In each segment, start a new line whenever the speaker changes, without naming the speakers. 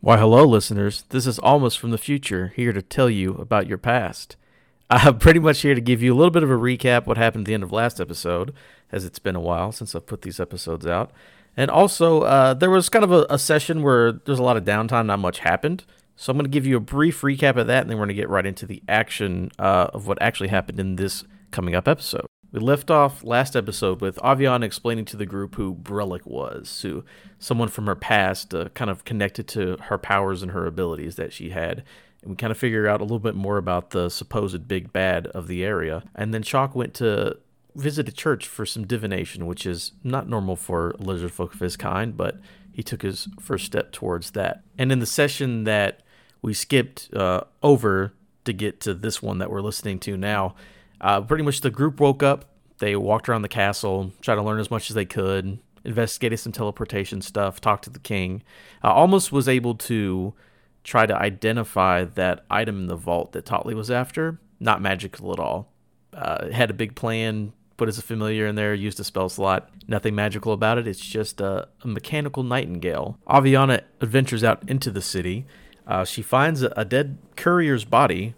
Why, hello, listeners. This is Almost from the Future, here to tell you about your past. I'm pretty much here to give you a little bit of a recap what happened at the end of last episode, as it's been a while since I've put these episodes out. And also, uh, there was kind of a, a session where there's a lot of downtime, not much happened. So I'm going to give you a brief recap of that, and then we're going to get right into the action uh, of what actually happened in this coming up episode. We left off last episode with Avian explaining to the group who Brelic was, who someone from her past, uh, kind of connected to her powers and her abilities that she had. And we kind of figure out a little bit more about the supposed big bad of the area. And then Chalk went to visit a church for some divination, which is not normal for lizard folk of his kind, but he took his first step towards that. And in the session that we skipped uh, over to get to this one that we're listening to now. Uh, pretty much the group woke up. They walked around the castle, tried to learn as much as they could, investigated some teleportation stuff, talked to the king. Uh, almost was able to try to identify that item in the vault that Totley was after. Not magical at all. Uh, had a big plan, put as a familiar in there, used a spell slot. Nothing magical about it. It's just a, a mechanical nightingale. Aviana adventures out into the city. Uh, she finds a, a dead courier's body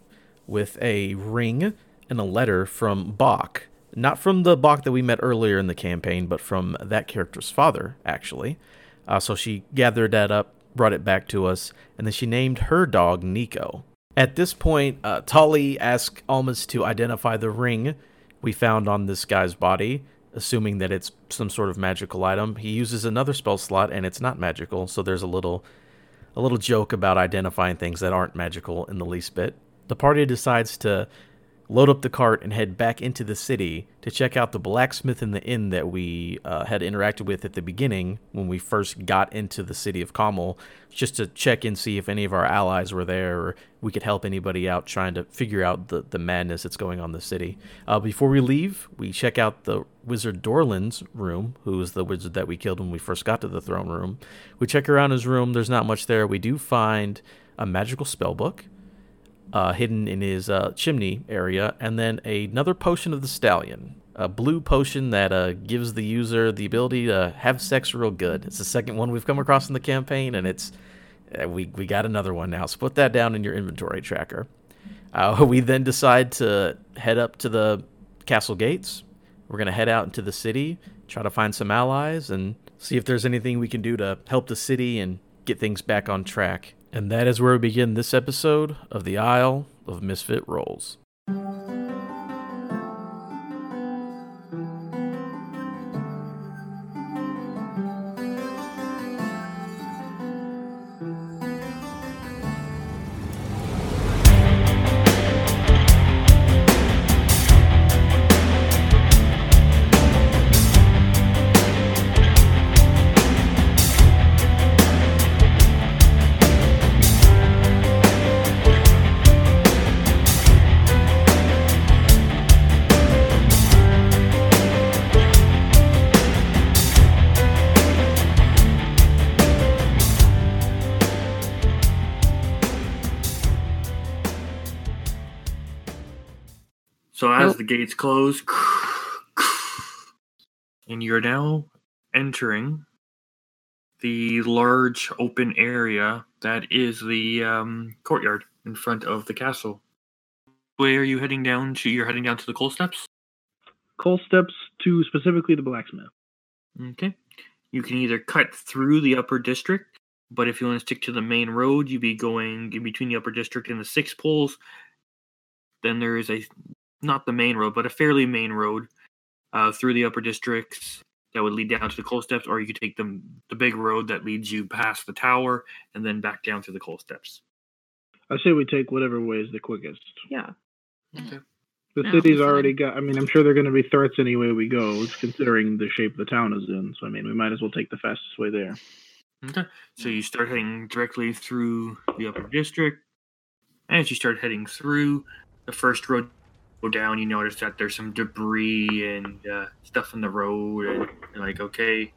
with a ring and a letter from Bach. Not from the Bach that we met earlier in the campaign, but from that character's father, actually. Uh, so she gathered that up, brought it back to us, and then she named her dog Nico. At this point, uh, Tali asked Almas to identify the ring we found on this guy's body, assuming that it's some sort of magical item. He uses another spell slot, and it's not magical, so there's a little a little joke about identifying things that aren't magical in the least bit. The party decides to load up the cart and head back into the city to check out the blacksmith in the inn that we uh, had interacted with at the beginning when we first got into the city of Kamal, just to check and see if any of our allies were there or we could help anybody out trying to figure out the, the madness that's going on in the city. Uh, before we leave, we check out the wizard Dorlin's room, who is the wizard that we killed when we first got to the throne room. We check around his room, there's not much there. We do find a magical spell book uh, hidden in his uh, chimney area, and then another potion of the stallion, a blue potion that uh, gives the user the ability to have sex real good. It's the second one we've come across in the campaign, and it's uh, we we got another one now. So put that down in your inventory tracker. Uh, we then decide to head up to the castle gates. We're gonna head out into the city, try to find some allies, and see if there's anything we can do to help the city and get things back on track. And that is where we begin this episode of the Isle of Misfit Rolls.
So as
Nope.
the gates close, and you're now entering the large open area that is the um, courtyard in front of the castle. Where are you heading down to? You're heading down to the coal steps.
Coal steps to specifically the blacksmith.
Okay. You can either cut through the upper district, but if you want to stick to the main road, you'd be going in between the upper district and the six poles. Then there is a not the main road, but a fairly main road uh, through the upper districts that would lead down to the coal steps, or you could take the the big road that leads you past the tower and then back down through the coal steps.
I say we take whatever way is the quickest.
Yeah.
Okay.
The
Yeah,
city's
that's
already got. I mean, I'm sure they're going to be threats any way we go, considering the shape the town is in. So I mean, we might as well take the fastest way there.
Okay. So you start heading directly through the upper district. And as you start heading through the first road go down, you notice that there's some debris and uh, stuff in the road. And you're like, okay,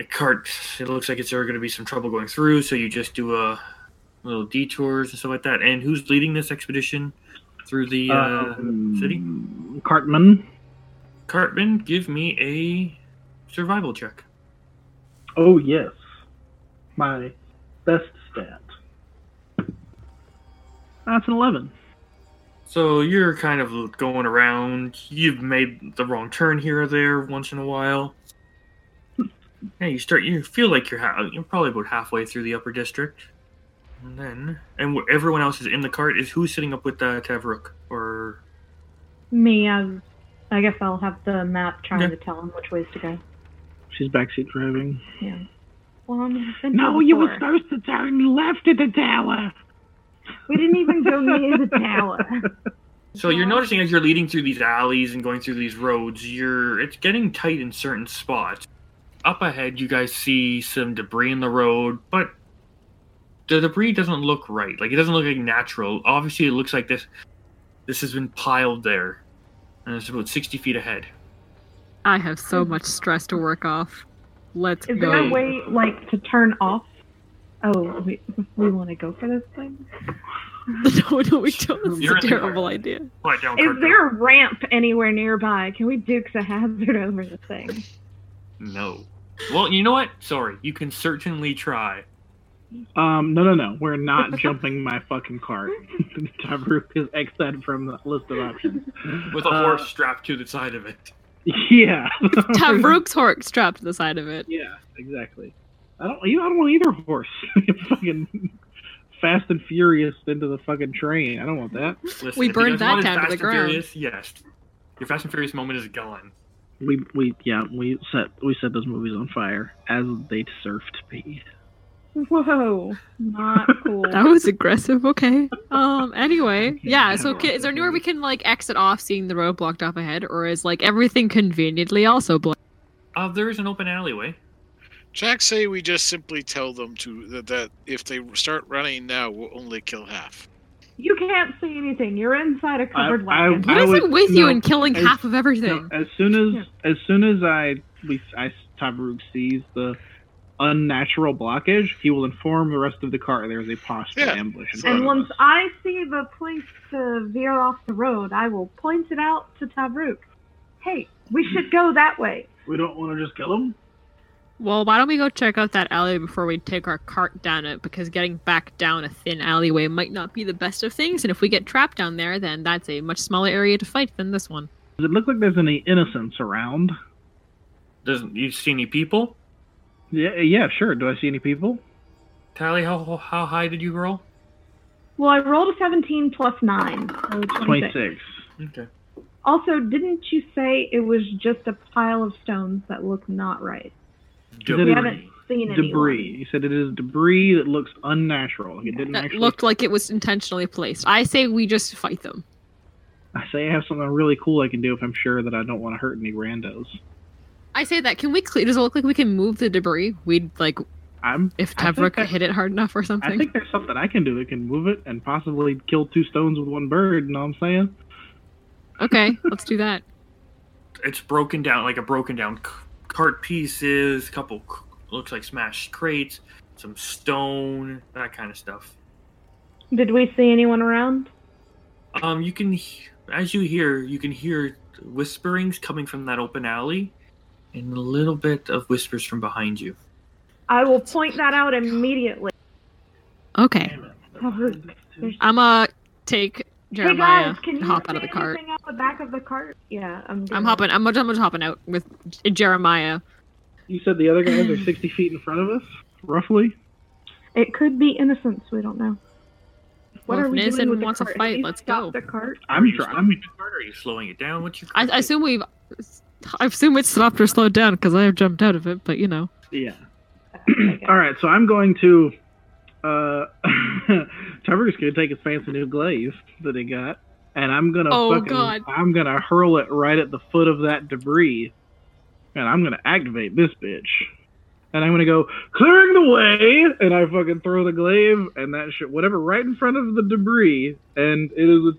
a cart, it looks like it's there going to be some trouble going through. So you just do a little detours and stuff like that. And who's leading this expedition through the uh, city?
Um, Cartman.
Cartman, give me a survival check.
Oh yes, my best stat. That's an 11.
So you're kind of going around. You've made the wrong turn here or there once in a while. Yeah, you start. You feel like you're ha- you're probably about halfway through the upper district, and then and wh- everyone else is in the cart. Is who's sitting up with uh, Tavrook or
Me as I guess I'll have the map trying
Yeah.
to tell him which ways to go.
She's backseat driving.
Yeah. Well, I'm been
No,
here
you were
before.
supposed to turn left at the tower.
We didn't even go near the tower.
So you're
Yeah.
noticing as you're leading through these alleys and going through these roads, you're it's getting tight in certain spots. Up ahead, you guys see some debris in the road, but the debris doesn't look right. Like it doesn't look like natural. Obviously, it looks like this this has been piled there, and it's about sixty feet ahead.
I have
Mm.
so much stress to work off. Let's
Is there
go.
a way, like, to turn off? Oh, we, we want to go for this thing?
no, no, we don't.
You're in the
It's a terrible
car.
idea.
Quiet down,
Is
Carter.
there a ramp anywhere nearby? Can we Dukes a Hazard over the thing?
No. Well, you know what? Sorry, you can certainly try.
Um, no, no, no. We're not jumping my fucking cart. Tavrook is exed from the list of options.
With a
Uh,
horse strapped to the side of it.
Yeah.
Tavrook's hork strapped to the side of it.
Yeah, exactly. I don't. You I don't want either horse. fucking fast and furious into the fucking train. I don't want that.
Listen,
We
if you guys
burned that
wanted
down to
Fast
the
and
ground.
Furious, yes, your Fast and Furious moment is gone.
We we yeah we set we set those movies on fire as they surfed me.
Whoa, not cool.
That was aggressive. Okay. Um. Anyway, yeah. So, ca- is there anywhere we can like exit off, seeing the road blocked off ahead, or is like everything conveniently also blocked?
Uh, there is an open alleyway.
Jack say we just simply tell them to that, that if they start running now, we'll only kill half.
you can't see anything. You're inside a covered
I-
wagon.
What
I
is
would-
it with you
no,
and killing
I-
half of
No,
everything?
as soon as as soon as I we I Tavrook sees the unnatural blockage, he will inform the rest of the car there's a possible
Yeah.
ambush. In front
and
of
once
us.
I see the place to veer off the road, I will point it out to Tabruk. Hey, we should go that way.
we don't want to just kill him.
Well, why don't we go check out that alley before we take our cart down it? Because getting back down a thin alleyway might not be the best of things, and if we get trapped down there, then that's a much smaller area to fight than this one.
Does it look like there's any innocents around?
Doesn't you see any people?
Yeah, yeah, sure. Do I see any people?
Tally, how how high did you roll?
Well, I rolled a 17 plus 9, so 26.
Twenty-six.
Okay.
Also, didn't you say it was just a pile of stones that look not right?
Debris.
We haven't seen anyone.
Debris. You said it is debris that looks unnatural. Like it didn't
That
actually.
looked like it was intentionally placed. I say we just fight them.
I say I have something really cool I can do if I'm sure that I don't want to hurt any randos.
I say that. Can we clear? Does it look like we can move the debris? We'd like
I'm.
if
I think
Tavrook
I-
hit it hard enough or
I
something.
think there's something I can do that can move it and possibly kill two stones with one bird. You know what I'm saying?
Okay, let's do that.
It's broken down like a broken down c- cart pieces, couple c- looks like smashed crates, some stone, that kind of stuff.
Did we see anyone around?
Um, you can he- as you hear, you can hear whisperings coming from that open alley, and a little bit of whispers from behind you.
I will point that out immediately.
Okay,
Tavrook, there's-
I'm gonna take Jeremiah
hey guys, can
and
you
hop out
see
of the cart.
anything out the back of the cart? Yeah, I'm.
I'm
gonna-
hopping. I'm, I'm just hopping out with J- Jeremiah.
You said the other guys are 60 feet in front of us, roughly.
It could be innocence. We don't know. What
Well,
are
if
we
Nissen
doing with the
wants a
cart? Have
fight,
you
let's
stopped
go.
The cart.
Are
I'm
you
trying.
slowing
I'm
it down, or Are you slowing it down? What's your?
I, I assume we've. I assume it's stopped or slowed down because I have jumped out of it. But you know,
yeah.
Okay.
All right, so I'm going to. Uh, Trevor's gonna take his fancy new glaze that he got, and I'm gonna
Oh,
fucking,
God.
I'm gonna hurl it right at the foot of that debris, and I'm gonna activate this bitch, and I'm gonna go clearing the way, and I fucking throw the glaive and that shit, whatever, right in front of the debris, and it is a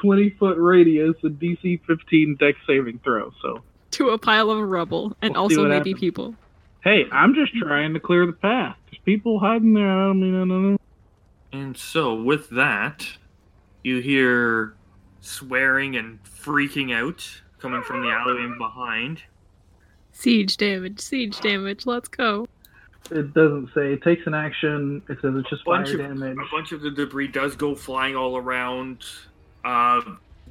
20 foot radius, a DC 15 deck saving throw. So
to a pile of rubble and
We'll see
also
what
maybe
happens.
people.
hey, I'm just trying to clear the path. There's people hiding there. I don't mean no no no.
And so, with that, you hear swearing and freaking out coming from the alleyway and behind.
Siege damage. Siege damage. Let's go.
It doesn't say. It takes an action. It says it's just fire
Bunch of-
damage.
A bunch of the debris does go flying all around. Uh,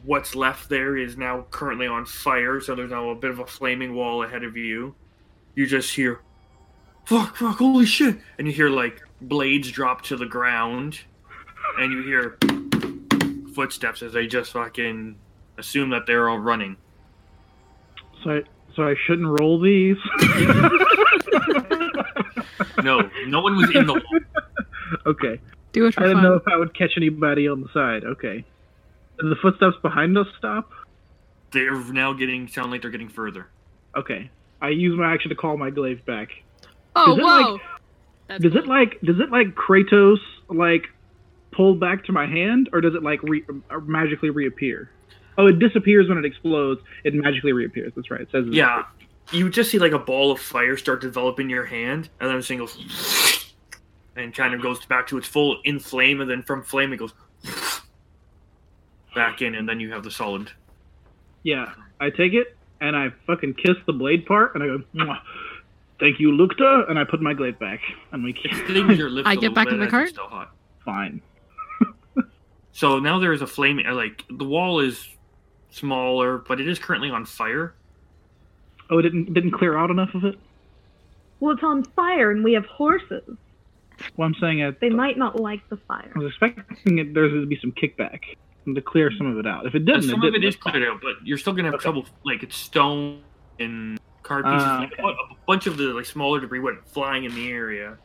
what's left there is now currently on fire, so there's now a bit of a flaming wall ahead of you. You just hear, fuck, fuck, holy shit! And you hear like blades drop to the ground, and you hear footsteps as they just fucking assume that they're all running.
So, I, so I shouldn't roll these.
No, no one was in the wall.
okay.
Do it for
I didn't
fun.
know if I would catch anybody on the side. Okay. Did the footsteps behind us stop?
They're now getting sound like they're getting further.
Okay. I use my action to call my glaive back.
Oh,
Is it
whoa. That's
Does
cool.
it like does it like Kratos like pull back to my hand or does it like re- uh, magically reappear? Oh, it disappears when it explodes. It magically reappears. That's right. It says it.
Yeah. You just see like a ball of fire start developing your hand, and then everything goes and kind of goes back to its full in flame, and then from flame it goes back in, and then you have the solid.
Yeah. I take it and I fucking kiss the blade part and I go, Mwah. "Thank you, Lukta," and I put my glaive back and we
It's
keep
sitting to your lips.
I
a
get
little
back in
bit
the
as it's
cart?
Still hot.
fine.
So now there is a flame. uh, Like the wall is smaller, but it is currently on fire.
Oh, it didn't didn't clear out enough of it.
Well, it's on fire, and we have horses.
Well, I'm saying it.
They
Oh.
might not like the fire.
I was expecting it, there's going to be some kickback and to clear some of it out. If it
And
didn't,
some
it
of
didn't.
it is
That's fine.
cleared out, but you're still gonna have
Okay.
trouble. Like it's stone and card
Ah,
pieces. like,
okay.
A bunch of the like smaller debris went flying in the area.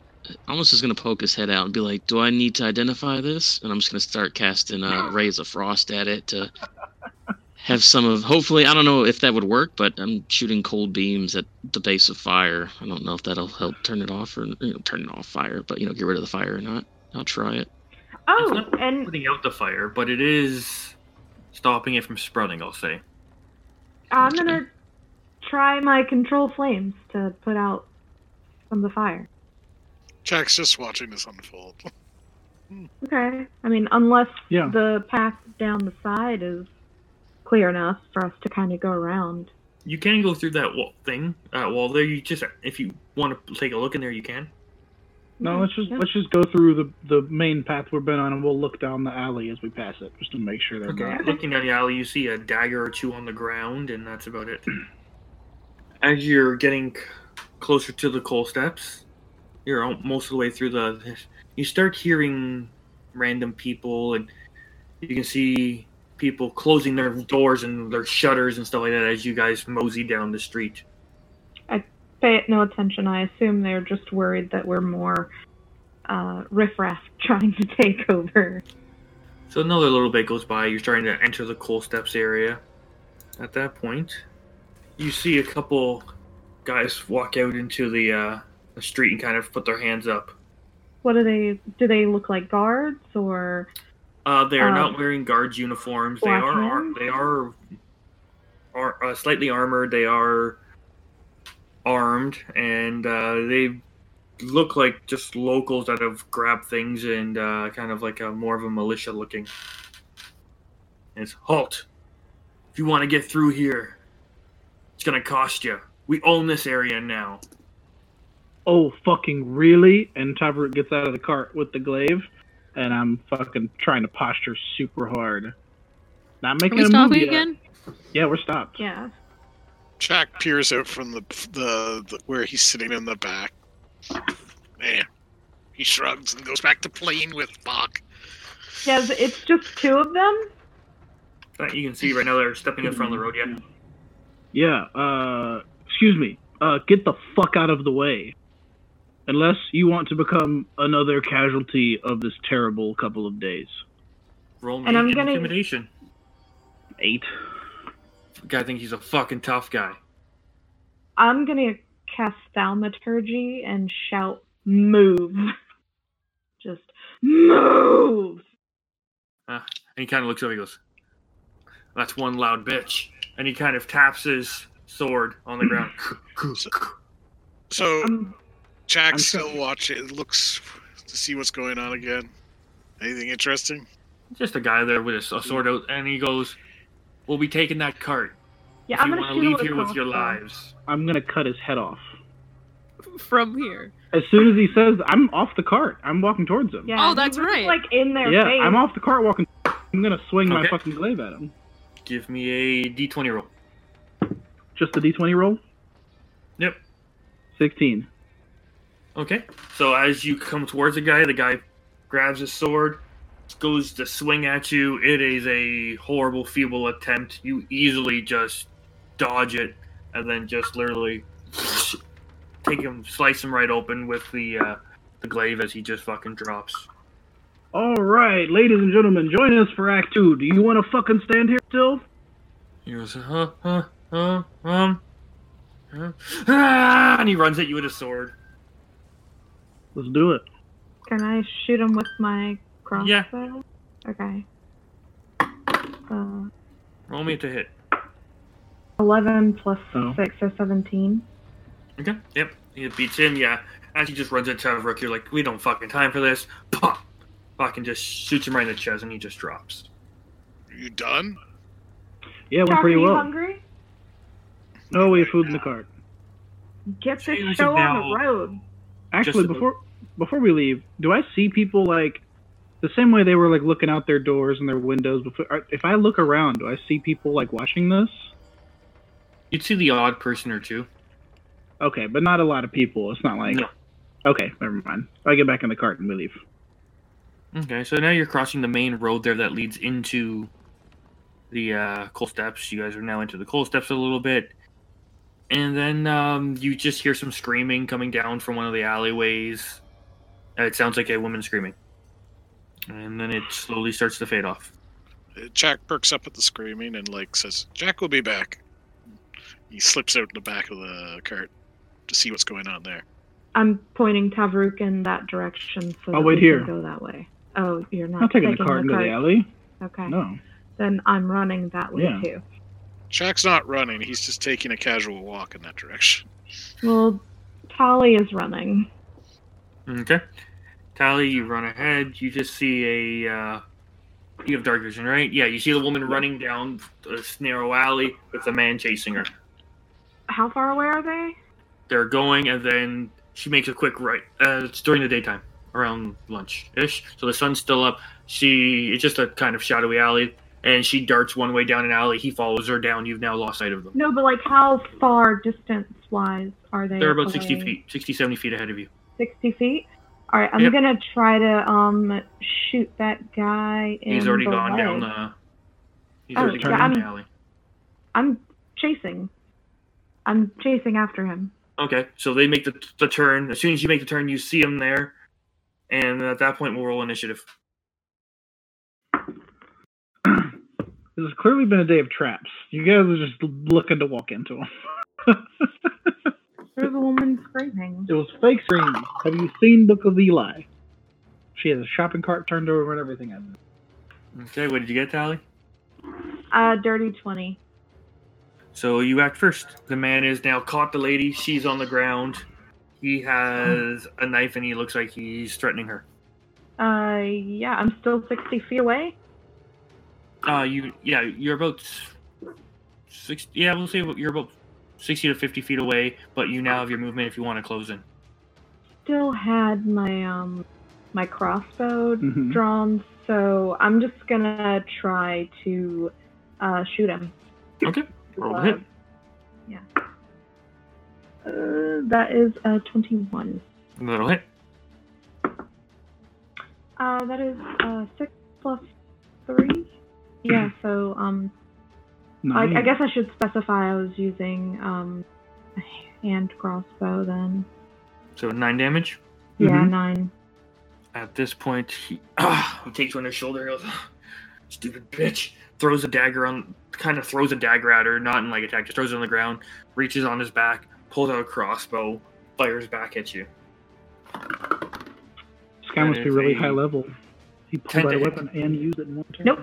Almost is gonna poke his head out and be like, "Do I need to identify this?" And I'm just gonna start casting uh, rays of frost at it to have some of. Hopefully, I don't know if that would work, but I'm shooting cold beams at the base of fire. I don't know if that'll help turn it off or you know, turn it off fire, but you know, get rid of the fire or not. I'll try it.
Oh,
It's not
and
putting out the fire, but it is stopping it from sprouting, I'll say.
I'm gonna try my control flames to put out from the fire.
Jack's just watching this unfold.
Okay. I mean, unless
Yeah.
the path down the side is clear enough for us to kind of go around.
You can go through that wall thing, uh, wall there. You just, if you want to take a look in there, you can.
No,
Yeah,
let's just
yeah.
let's just go through the the main path we've been on, and we'll look down the alley as we pass it, just to make sure they're not.
Looking down the alley, you see a dagger or two on the ground, and that's about it. As you're getting c- closer to the coal steps, you're al- most of the way through the. You start hearing random people, and you can see people closing their doors and their shutters and stuff like that as you guys mosey down the street.
Pay it no attention. I assume they're just worried that we're more uh, riffraff trying to take over.
So another little bit goes by. You're starting to enter the coal steps area. At that point, you see a couple guys walk out into the, uh, the street and kind of put their hands up.
What do they? Do they look like guards or?
Uh, they are
Uh,
not wearing guards uniforms. They
black
are ar-
men?
they are are uh, slightly armored. They are armed, and uh, they look like just locals that have grabbed things and uh, kind of like a more of a militia looking. It's halt. If you want to get through here, it's gonna cost you. We own this area now.
Oh, fucking really? And Tavrut gets out of the cart with the glaive, and I'm fucking trying to posture super hard. Not
Are
making a
we
move
stopping
yet.
again?
Yeah, we're stopped.
Yeah.
Jack peers out from the, the the where he's sitting in the back. Man, he shrugs and goes back to playing with Bach.
Yeah. It's just two of them.
That Uh, you can see right now they're stepping in front of the road. Yeah.
Yeah. Uh, excuse me. Uh, get the fuck out of the way. Unless you want to become another casualty of this terrible couple of days.
Roll me
And I'm gonna-
intimidation.
Eight.
Guy thinks he's a fucking tough guy.
I'm gonna cast thaumaturgy and shout move. Just move.
And he kind of looks over. He goes, "That's one loud bitch." And he kind of taps his sword on the ground.
So
Um,
I'm
Jack's
so-
still watching. Looks to see what's going on again. Anything interesting?
Just a guy there with a, s- a sword out, and he goes, "We'll be taking that cart.
yeah,
if
I'm
you
gonna
want
shoot
to
him
leave
a
here with your
crossbow.
lives."
I'm gonna cut his head off.
From here.
As soon as he says, I'm off the cart. I'm walking towards him.
Yeah,
Oh, that's
he was,
right.
Like in their
Yeah,
face.
I'm off the cart walking. I'm gonna swing my
Okay.
fucking glaive at him.
Give me a d20 roll.
Just a d20 roll.
Yep.
16.
Okay. So as you come towards the guy, the guy grabs his sword, goes to swing at you. It is a horrible, feeble attempt. You easily just dodge it, and then just literally take him, slice him right open with the uh, the glaive as he just fucking drops.
All right, ladies and gentlemen, join us for Act Two. Do you want to fucking stand here still?
He goes, huh, huh, huh, um, huh, ah, and he runs at you with a sword.
Let's do it.
Can I shoot him with my crossbow?
Yeah.
Okay. Uh,
Roll me to hit.
11 plus
Oh.
6 or 17.
Okay. Yep. He beats him. Yeah. As he just runs into Tavrook, you're like, we don't fucking time for this. Pop. Fucking just shoots him right in the chest, and he just drops.
Are you done?
Yeah, we're
Doc,
pretty
are you
well.
hungry?
No, we have food in the cart.
Get this
Sailors
show
are
on
now-
the road.
Actually,
about-
before before we leave, do I see people like the same way they were like looking out their doors and their windows? Before, are- if I look around, do I see people like watching this?
You'd see the odd person or two.
Okay, but not a lot of people. It's not like.
No.
Okay, never mind. I get back in the cart and we leave.
Okay. So now you're crossing the main road there that leads into the uh, coal steps. You guys are now into the coal steps a little bit, and then um, you just hear some screaming coming down from one of the alleyways. Uh, It sounds like a woman screaming, and then it slowly starts to fade off.
Uh, Jack perks up at the screaming and like says, "Jack will be back." He slips out the back of the cart to see what's going on there.
I'm pointing Tavruk in that direction so
I'll
that
wait
we
here.
can go that way. Oh, you're not
Not taking the
taking
cart into the alley.
Okay.
No.
Then I'm running that way
Yeah.
too.
Jack's not running; he's just taking a casual walk in that direction.
Well, Tolly is running.
Okay. Tally, you run ahead. You just see a. Uh, you have dark vision, right? Yeah, you see the woman running down this narrow alley with a man chasing her.
How far away are they?
They're going, and then she makes a quick right. Uh, it's during the daytime, around lunch ish. So the sun's still up. She. It's just a kind of shadowy alley, and she darts one way down an alley. He follows her down. You've now lost sight of them.
No, but like how far distance wise are they?
They're about 60
away?
feet, 60, 70 feet ahead of you.
60 feet? All right, I'm
Yep.
gonna try to um shoot that guy. In
He's already
the
gone
leg.
down the. He's
Oh,
already
yeah,
gone down the
I'm-
alley.
I'm chasing. I'm chasing after him.
Okay, so they make the, the turn. As soon as you make the turn, you see them there, and at that point, we'll roll initiative.
This has clearly been a day of traps. You guys are just looking to walk into them.
There's a woman screaming.
it was fake screaming. Have you seen Book of Eli? She has a shopping cart turned over and everything. I think.
Okay, what did you get, Tally?
Uh, dirty 20.
So you act first. The man is now caught the lady. She's on the ground. He has a knife, and he looks like he's threatening her.
Uh, yeah, I'm still 60 feet away.
Uh, you, yeah, you're about six. Yeah, we'll say you're about sixty to fifty feet away, but you now have your movement if you want to close in.
Still had my um my crossbow
Mm-hmm.
drawn, so I'm just gonna try to uh shoot him.
Okay, roll to hit.
Yeah. Uh, that is a 21.
That'll hit.
Uh, that is uh, 6 plus 3. Yeah,
Mm-hmm.
so um,
Nine.
I, I guess I should specify I was using um, a hand crossbow then.
So nine damage.
Yeah,
Mm-hmm.
Mhm.
9.
At this point, he, he takes one on his shoulder. He goes, "Ah, "Stupid bitch!" Throws a dagger on, kind of throws a dagger at her, not in like attack, just throws it on the ground. Reaches on his back, pulls out a crossbow, fires back at you.
This guy must
That
be
is
really
a
high level. He
ten
pulled out a
to hit.
weapon and used it in one turn.
Nope.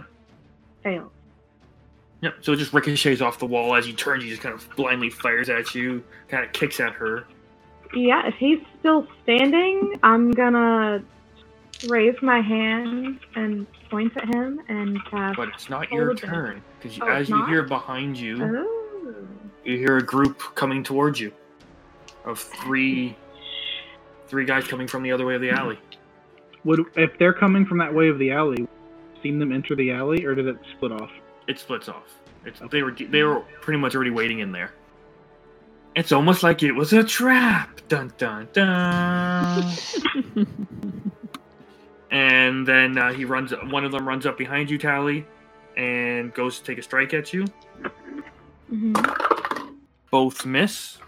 Fail.
Yep. So it just ricochets off the wall as he turns. He just kind of blindly fires at you, kind of kicks at her.
Yeah, if he's still standing, I'm gonna raise my hand and point at him and cast.
But it's not
Oh,
your
look at that.
turn because
Oh,
as
it's
you
not?
hear behind you,
Oh.
you hear a group coming towards you of three three guys coming from the other way of the alley.
Would if they're coming from that way of the alley, seen them enter the alley, or did it split off?
It splits off. It's they were they were pretty much already waiting in there. It's almost like it was a trap. Dun dun dun. and then uh, he runs. One of them runs up behind you, Tally, and goes to take a strike at you.
Mhm.
Both miss.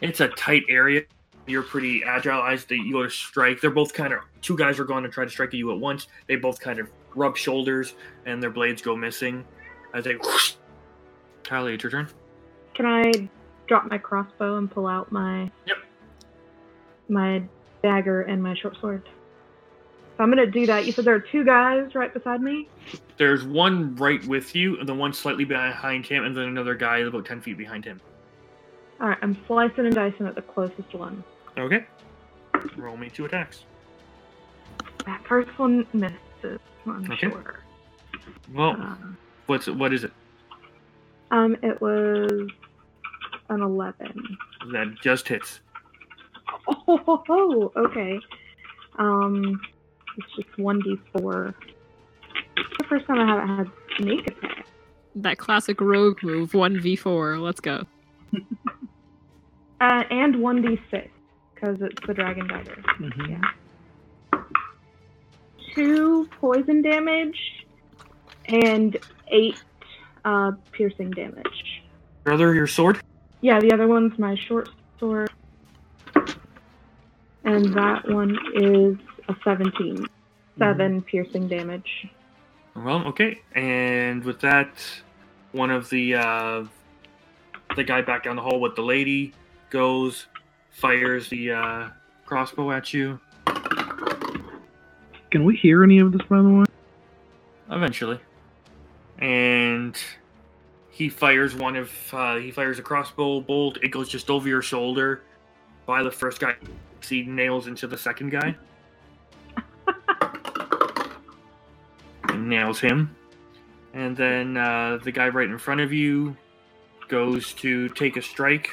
It's a tight area. You're pretty agile. Eyes that you go to strike. They're both kind of two guys are going to try to strike at you at once. They both kind of rub shoulders, and their blades go missing as they. Whoosh. Tally, it's your turn.
Can I drop my crossbow and pull out my
Yep.
my dagger and my short sword? So I'm gonna do that. You said there are two guys right beside me.
There's one right with you, and the one slightly behind him, and then another guy about ten feet behind him.
All right, I'm slicing and dicing at the closest one.
Okay. Roll me two attacks.
That first one misses. I'm
Okay.
sure.
Well,
Um,
what's what is it?
um, it was an eleven.
That just hits.
Oh, ho, ho, ho, okay. Um, it's just one d four. The first time I haven't had sneak attack.
That classic rogue move, 1v4. Let's go.
Uh, and 1d6, because it's the dragon dagger. Yeah. Two poison damage and eight uh, piercing damage.
Your other your sword.
Yeah, the other one's my short sword. And that one is a 17. 7 piercing damage.
Well, okay. And with that, one of the uh, the guy back down the hall with the lady goes, fires the uh, crossbow at you.
Can we hear any of this, by the way?
eventually and he fires one of uh, he fires a crossbow bolt it goes just over your shoulder by the first guy he nails into the second guy and nails him and then uh, the guy right in front of you goes to take a strike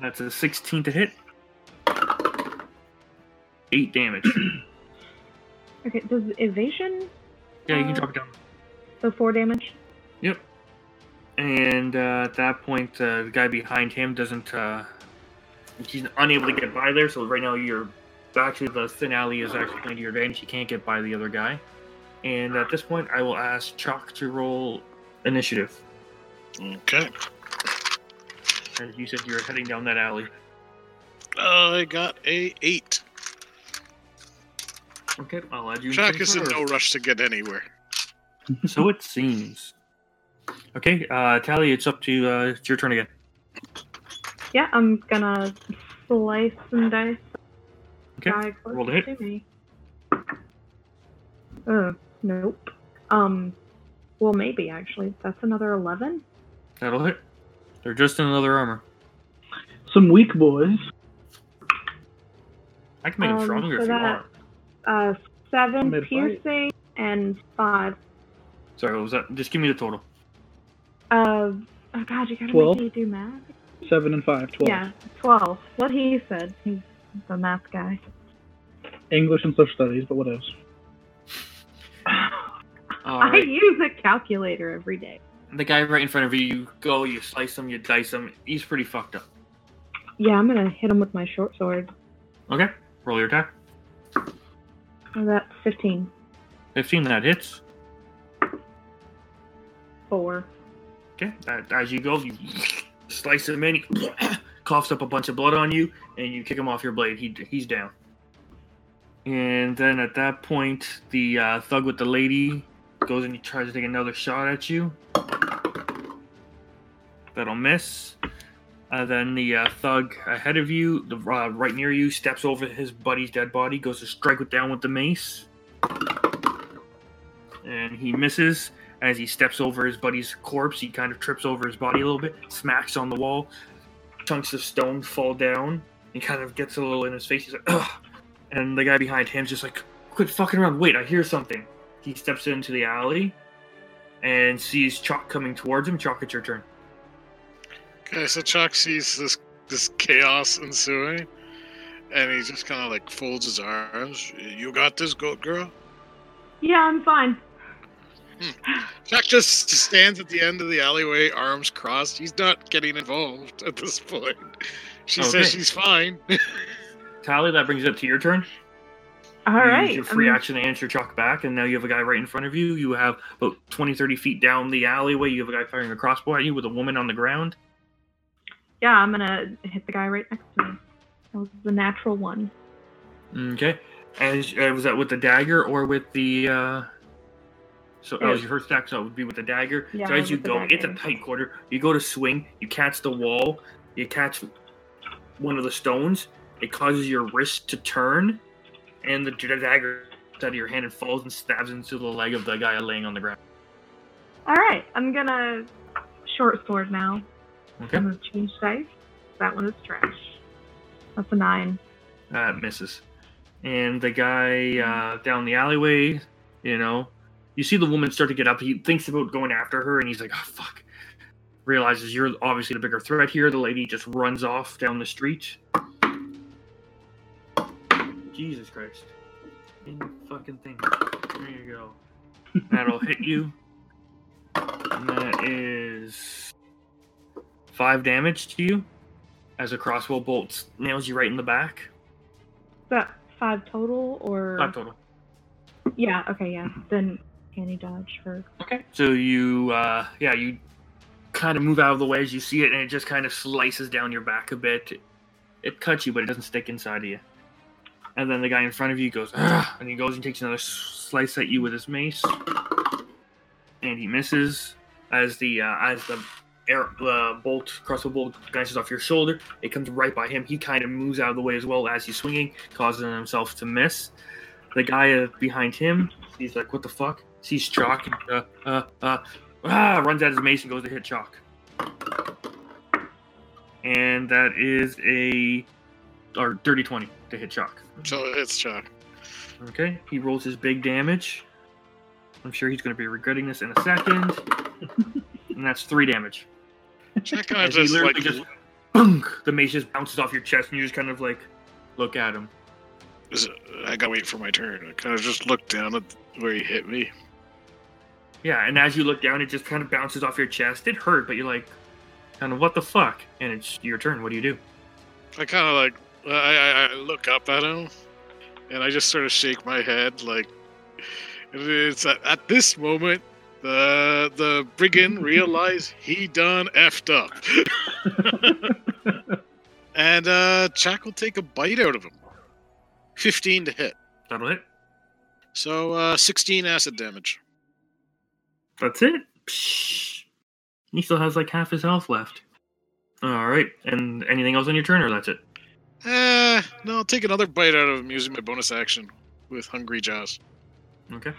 that's a 16 to hit 8 damage
Okay, does evasion?
yeah you can
Uh,
drop it down
So 4 damage?
Yep. And uh, at that point, uh, the guy behind him doesn't. Uh, he's unable to get by there, so right now you're. Actually, the thin alley is actually playing to your advantage. He can't get by the other guy. And at this point, I will ask Chalk to roll initiative.
Okay.
As you said, you're heading down that alley.
Uh, I got a eight.
Okay, I'll add you.
Jack
into
is in
the
no rush to get anywhere.
So it seems. Okay, uh, Tally, it's up to uh, it's your turn again.
Yeah, I'm gonna slice and dice.
Okay,
guy closest
roll to hit.
to me. Uh, nope. Um, well, maybe actually. That's another eleven.
That'll hit. They're just in another armor.
Some weak boys.
I can make them
Um,
stronger
so
if you
that-
want.
Uh, seven
Mid-fight.
piercing and five.
Sorry, what was that? Just give me the total.
Uh, oh god, you gotta
Twelve?
make me do math.
Seven and five, twelve.
Yeah, twelve. What he said. He's the math guy.
English and social studies, but what else?
All
I
right.
use a calculator every day.
The guy right in front of you, you go, you slice him, you dice him. He's pretty fucked up.
Yeah, I'm gonna hit him with my short sword.
Okay, roll your attack.
Oh, That's fifteen.
15, that hits.
Four.
Okay, that, as you go, you slice him in, he coughs up a bunch of blood on you, and you kick him off your blade. He, he's down. And then at that point, the uh, thug with the lady goes and he tries to take another shot at you. That'll miss. Uh, then the uh, thug ahead of you, the uh, right near you, steps over his buddy's dead body, goes to strike it down with the mace, and he misses. As he steps over his buddy's corpse, he kind of trips over his body a little bit, smacks on the wall. Chunks of stone fall down. He kind of gets a little in his face. He's like, ugh. And the guy behind him's just like, quit fucking around. Wait, I hear something. He steps into the alley and sees Chalk coming towards him. Chalk, it's your turn.
Okay, so Chuck sees this this chaos ensuing. And he just kind of like folds his arms. You got this, goat girl?
Yeah, I'm fine.
Jack just stands at the end of the alleyway, arms crossed. He's not getting involved at this point. She
Oh, Okay.
says she's fine.
Tally, that brings it up to your turn.
All
you
right.
Use your
I
free
mean,
action to answer chalk back, and now you have a guy right in front of you. You have about 20, 30 feet down the alleyway. You have a guy firing a crossbow at you with a woman on the ground.
yeah, I'm gonna hit the guy right next to me. That was the natural one.
Okay. And uh, was that with the dagger or with the? uh So that was your first action. So it would be with the dagger.
Yeah,
so as you
with the
go, it's a
dagger.
tight quarter. You go to swing. You catch the wall. You catch one of the stones. It causes your wrist to turn, and the dagger comes out of your hand and falls and stabs into the leg of the guy laying on the ground.
All right, I'm gonna short sword now.
Okay.
I'm gonna change dice. That one is trash. That's a nine.
uh, misses. And the guy uh, down the alleyway, you know, you see the woman start to get up. He thinks about going after her, and he's like, "Oh fuck!" Realizes you're obviously the bigger threat here. The lady just runs off down the street. Jesus Christ! In the fucking thing. There you go. That'll hit you. And that is five damage to you as a crossbow bolt nails you right in the back.
Is that five total or?
Five total.
Yeah. Okay. Yeah. Then candy dodge for.
Okay. So you, uh, yeah, you kind of move out of the way as you see it, and it just kind of slices down your back a bit. It cuts you, but it doesn't stick inside of you. And then the guy in front of you goes, "Ugh," and he goes and takes another s- slice at you with his mace, and he misses as the uh, as the air uh, bolt crossbow bolt glances off your shoulder. It comes right by him. He kind of moves out of the way as well as he's swinging, causing himself to miss. The guy uh, behind him He's like, what the fuck? Sees Chalk and uh, uh, uh, ah, runs at his mace and goes to hit Chalk. And that is a or dirty 20 to hit Chalk.
so it's Chuck.
Okay, he rolls his big damage. I'm sure he's going to be regretting this in a second. and that's three damage.
Chuck kind of
As he
just
literally
like
just, boom, the mace just bounces off your chest and you just kind of like look at him.
Is it- I gotta wait for my turn. I kind of just looked down at where he hit me.
Yeah, and as you look down, it just kind of bounces off your chest. It hurt, but you're like, kind of what the fuck? And it's your turn. What do you do?
I kind of like I, I, I look up at him, and I just sort of shake my head like. and It's at, at this moment the the brigand realized he done effed up, and uh, Chuck will take a bite out of him. Fifteen to hit,
That'll hit.
so uh, sixteen acid damage.
That's it. Psh. He still has like half his health left. All right. And anything else on your turn, or that's it?
Eh, no, I'll take another bite out of him using my bonus action with hungry jaws.
Okay.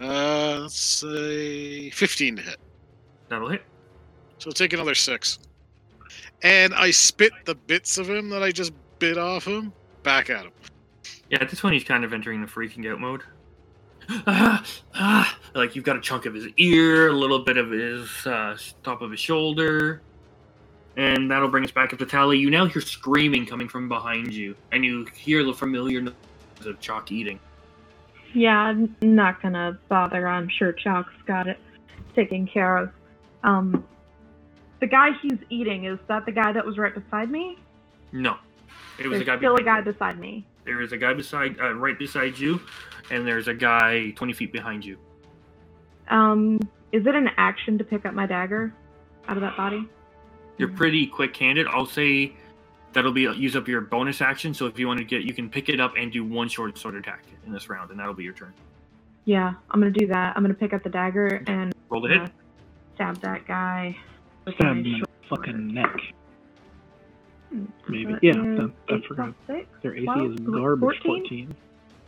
Uh, let's say fifteen to hit.
That'll hit.
So take another six. And I spit the bits of him that I just bit off him back at him.
Yeah, at this point, he's kind of entering the freaking out mode. Ah, ah. Like you've got a chunk of his ear, a little bit of his uh, s- top of his shoulder, and that'll bring us back up to Tally. You now hear screaming coming from behind you, and you hear the familiar noise of Chalk eating.
Yeah, I'm not gonna bother. I'm sure Chalk's got it taken care of. Um, the guy he's eating is that the guy that was right beside me?
No, it was
There's
a guy.
still a
behind you.
guy beside me.
There is a guy beside, uh, right beside you, and there's a guy 20 feet behind you.
Um, is it an action to pick up my dagger out of that body?
You're
Mm-hmm.
pretty quick-handed. I'll say that'll be uh, use up your bonus action. So if you want to get, you can pick it up and do one short sword attack in this round, and that'll be your turn.
Yeah, I'm gonna do that. I'm gonna pick up the dagger and
Roll the hit.
uh, stab that guy. with
Stab
my
him in
short-
the fucking neck.
Hmm,
Maybe.
that
Yeah,
is
that- I
eight
forgot.
plus six.
Their AC
Twelve?
is garbage.
14?
14.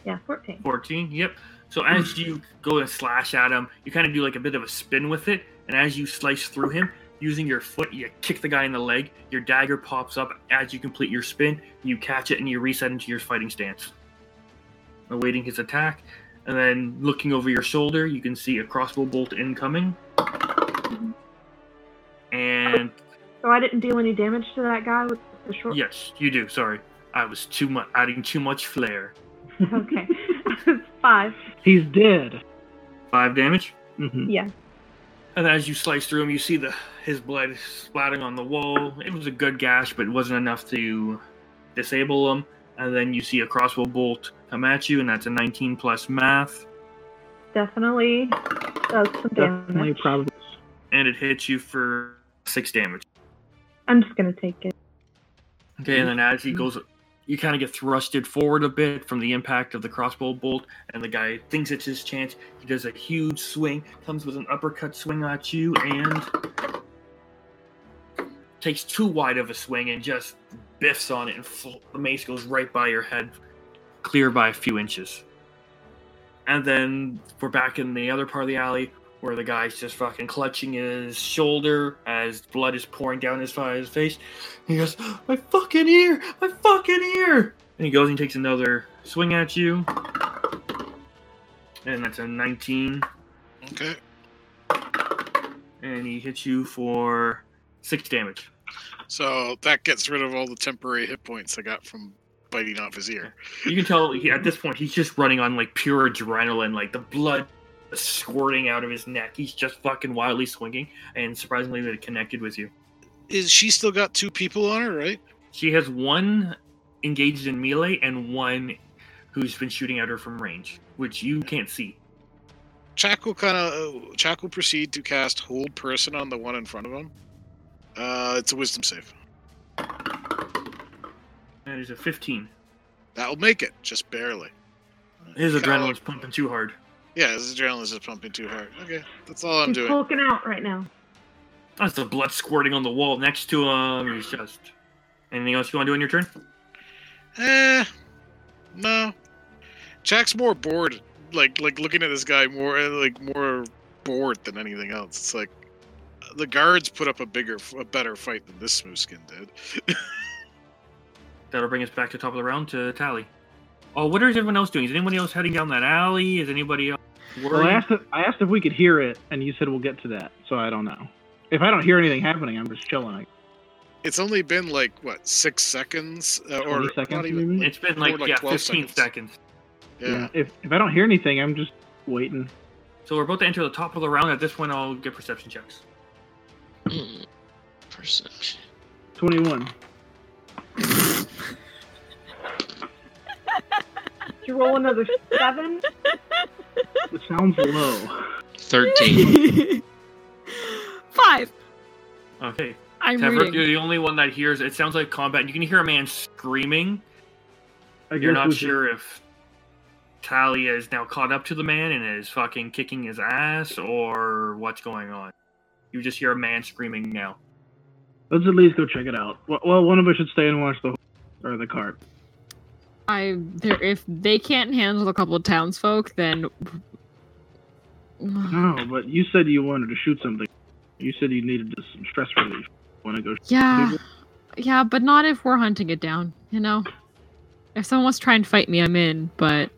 Yeah, fourteen.
14 yep so as you go and slash at him you kind of do like a bit of a spin with it and as you slice through him using your foot you kick the guy in the leg your dagger pops up as you complete your spin you catch it and you reset into your fighting stance awaiting his attack and then looking over your shoulder you can see a crossbow bolt incoming and
So I didn't deal any damage to that guy with the short.
Yes, you do. Sorry, I was too much adding too much flair.
Okay. Five.
He's dead.
Five damage,
hmm
Yeah.
and as you slice through him, you see the his blood splattering on the wall. It was a good gash, but it wasn't enough to disable him. And then you see a crossbow bolt come at you, and that's a 19 plus math,
Definitely does some damage.
Definitely, probably.
and it hits you for six damage.
I'm just gonna take it.
Okay, and then as he goes, you kind of get thrusted forward a bit from the impact of the crossbow bolt, and the guy thinks it's his chance. He does a huge swing, comes with an uppercut swing at you, and takes too wide of a swing and just biffs on it, and fl- the mace goes right by your head, clear by a few inches. And then we're back in the other part of the alley where the guy's just fucking clutching his shoulder as blood is pouring down his his face. He goes, My fucking ear! My fucking ear! And he goes and takes another swing at you. And that's a 19.
Okay.
And he hits you for 6 damage.
So that gets rid of all the temporary hit points I got from biting off his ear.
You can tell he, at this point he's just running on like pure adrenaline, like the blood squirting out of his neck. He's just fucking wildly swinging. And surprisingly, that it connected with you.
Is she still got two people on her, right?
She has one engaged in melee and one who's been shooting at her from range, which you can't see.
Chuck will kind of Chuck will proceed to cast hold person on the one in front of him. Uh, it's a wisdom save.
That is a 15.
That'll make it, just barely.
His
Kinda
adrenaline's
like-
pumping too hard.
Yeah, his adrenaline's just pumping too hard. Okay, that's all I'm
He's
doing.
hulking out right now.
That's the blood squirting on the wall next to him. He's just. Anything else you want to do on your turn?
Eh, no. Jack's more bored, like like looking at this guy more uh, like more bored than anything else. It's like uh, the guards put up a bigger, a better fight than this smoothskin did.
That'll bring us back to top of the round to Tally. Oh, what is everyone else doing? Is anybody else heading down that alley? Is anybody else
Well, I
worried?
asked, if, I asked if we could hear it, and you said we'll get to that. So I don't know. If I don't hear anything happening, I'm just chilling.
It's only been like what six seconds, uh, or
20 seconds,
not even.
maybe?
It's been like,
More like
yeah,
12
15
seconds.
seconds.
Yeah.
If if I don't hear anything, I'm just waiting.
So we're about to enter the top of the round. At this point, I'll get perception checks.
Mm. Perception.
Twenty-one.
Did you roll another seven?
It sounds low.
Thirteen.
Five.
Okay.
I'm
Tevra, you're
reading.
the only one that hears. It sounds like combat. You can hear a man screaming.
I
You're
guess
not
we-
sure if Talia is now caught up to the man and is fucking kicking his ass or what's going on. You just hear a man screaming now.
Let's at least go check it out. Well- Well, one of us should stay and watch the or the cart.
I there if they can't handle a couple of townsfolk, then
No, but you said you wanted to shoot something. You said you needed just some stress relief. Want to go? shoot
yeah,
people?
yeah, but not if we're hunting it down. You know, if someone wants to try and fight me, I'm in. But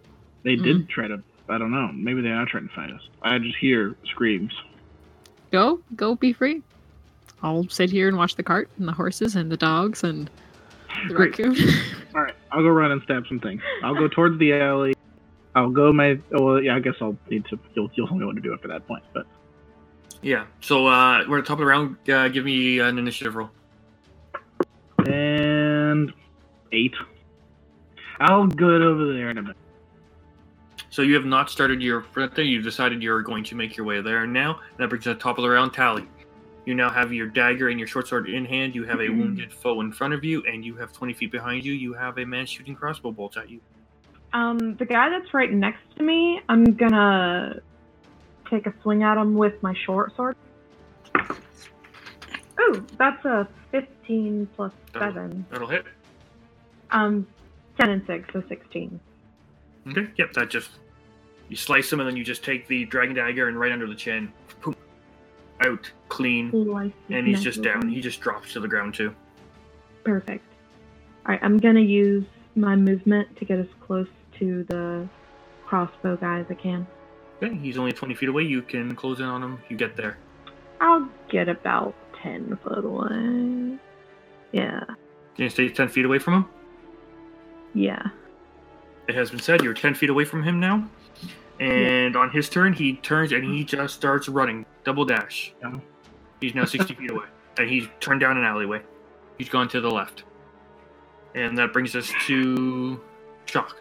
They did try to. I don't know. Maybe they are trying to fight us. I just hear screams.
go, go, be free. I'll sit here and watch the cart and the horses and the dogs and the
Great.
raccoon.
All right, I'll go run and stab some things. I'll go towards the alley. I'll go my. Well, yeah, I guess I'll need to. You'll you'll tell me what to do after that point. But
Yeah. So uh, we're at the top of the round. Uh, give me an initiative roll.
and eight. I'll get over there in a minute.
So you have not started your front there. You've decided you're going to make your way there now. That brings us to the top of the round. Tally. You now have your dagger and your short sword in hand. You have a wounded foe in front of you, and you have 20 feet behind you. You have a man shooting crossbow bolts at you.
Um, the guy that's right next to me, I'm gonna take a swing at him with my short sword. Ooh, that's a 15 plus
That'll-
7.
That'll hit.
Um, 10 and 6, so 16.
Okay. Yep. That just you slice him, and then you just take the dragon dagger and right under the chin, Poop. out clean, and he's just down. He just drops to the ground too.
Perfect. Alright, I'm gonna use my movement to get as close to the crossbow guy as I can.
Okay. He's only 20 feet away. You can close in on him. You get there.
I'll get about ten foot away. Yeah,
Can you stay 10 feet away from him?
yeah.
It has been said you're 10 feet away from him now. And on his turn, he turns and he just starts running. Double dash.
Yeah.
He's now 60 feet away. And he's turned down an alleyway. He's gone to the left. And that brings us to Shock.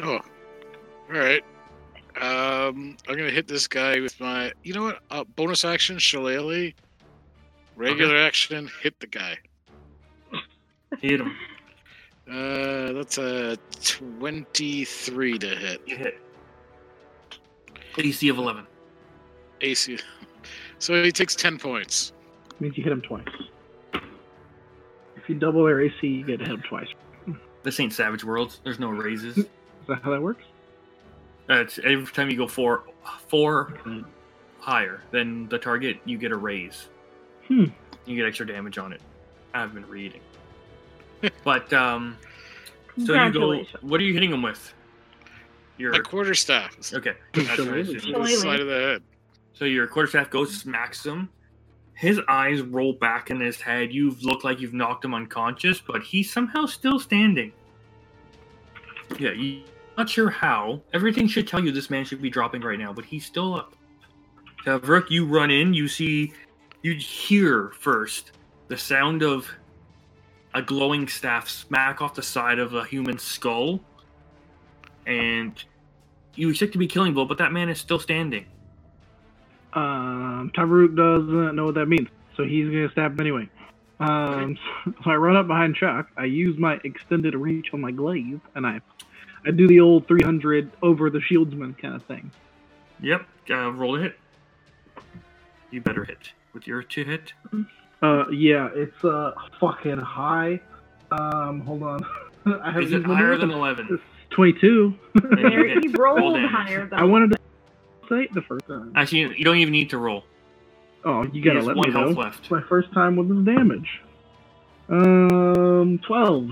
Oh, all right. Um, I'm gonna hit this guy with my. You know what? Uh, bonus action shillelagh. Regular action, hit the guy.
Hit him.
Uh, that's a 23 to hit.
You hit. AC of 11.
AC. So he takes 10 points.
means you hit him twice. If you double their AC, you get to hit them twice.
This ain't Savage Worlds. There's no raises.
Is that how that works?
That's every time you go four, four
Okay.
higher than the target, you get a raise.
Hmm.
You get extra damage on it. I've been reading. but um, so you go.
Congratulations.
What are you hitting him with? Your
My quarter staff.
okay. that's what I
Shillelagh.
assumed.
The side of the head.
So your quarterstaff goes smacks him. His eyes roll back in his head. You look like you've knocked him unconscious, but he's somehow still standing. Yeah, you not sure how. Everything should tell you this man should be dropping right now, but he's still up. Tavrook, you run in. You see, you hear first the sound of a glowing staff smack off the side of a human skull, and you expect to be killing blow, but that man is still standing.
Um, Tavaruk doesn't know what that means, so he's gonna stab him anyway. Um, so I run up behind Chuck. I use my extended reach on my glaive, and I, I do the old 300 over the shieldsman kind of thing.
Yep, uh, roll a hit. You better hit with your two hit.
Uh, yeah, it's uh fucking high. Um, hold on. I have
Is it higher than eleven?
It's 22.
you
There,
hit.
he rolled
damage.
higher though.
I wanted to say it the first time.
Actually, you don't even need to roll.
Oh, you
He
gotta
has
let
one
me
health
know.
left.
It's my first time with the damage. Um, 12.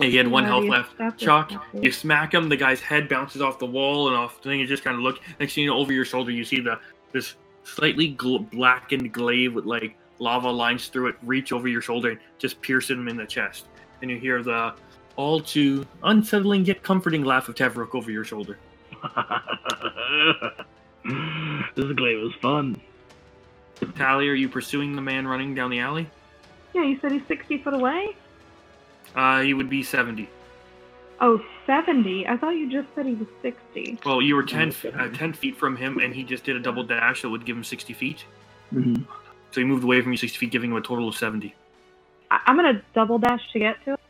Yeah, he had one
Yeah,
health
you
left.
stopped it.
Chuck, you smack him. The guy's head bounces off the wall and off. Then you just kind of look. Next thing you know, over your shoulder, you see the this slightly gl- blackened glaive with like lava lines through it reach over your shoulder and just pierce him in the chest. And you hear the all too unsettling yet comforting laugh of Tavrook over your shoulder.
this glaive was fun.
Tally, are you pursuing the man running down the alley?
Yeah, you said he's sixty foot away.
Uh, he would be 70.
Oh, 70. I thought you just said he was sixty.
Well, you were 10, f- uh, 10 feet from him, and he just did a double dash that would give him 60 feet.
Mhm.
So he moved away from you 60 feet, giving him a total of 70.
I- I'm gonna double dash to get to it.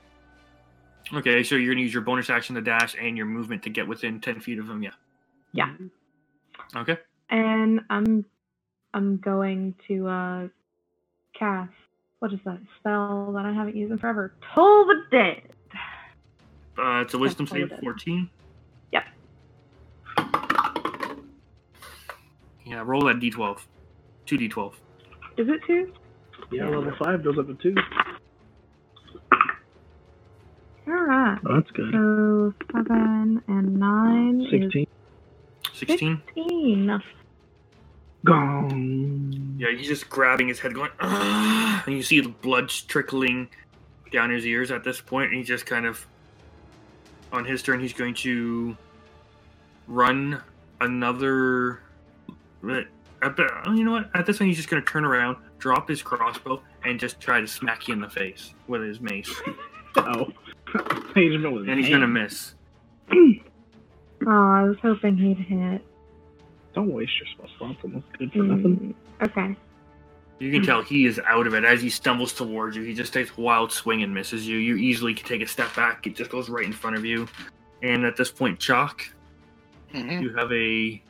Okay, so you're going to use your bonus action to dash and your movement to get within 10 feet of him, yeah.
Yeah.
Okay.
and I'm I'm going to uh cast what is that spell that I haven't used in forever? Toll the dead.
Uh, it's a wisdom
That's all
save
it is.
14.
Yep.
Yeah, roll that d12. 2d12.
Is it two?
Yeah, level 5 goes up to 2.
All right.
Oh, that's good.
So seven and nine is
16.
16?
sixteen.
Gong.
Yeah, he's just grabbing his head, going, "Ugh," and you see the blood trickling down his ears at this point, and he's just kind of. On his turn, he's going to run another. At the, oh, you know what? At this point, he's just going to turn around, drop his crossbow, and just try to smack you in the face with his mace.
Oh. Page him with his
And he's going to
hand.
miss.
Oh, I was hoping he'd hit.
Don't waste your spell slots on this good for nothing.
Mm, okay.
You can tell he is out of it as he stumbles towards you. He just takes a wild swing and misses you. You easily can take a step back. It just goes right in front of you. And at this point, Chalk,
Mhm.
You have a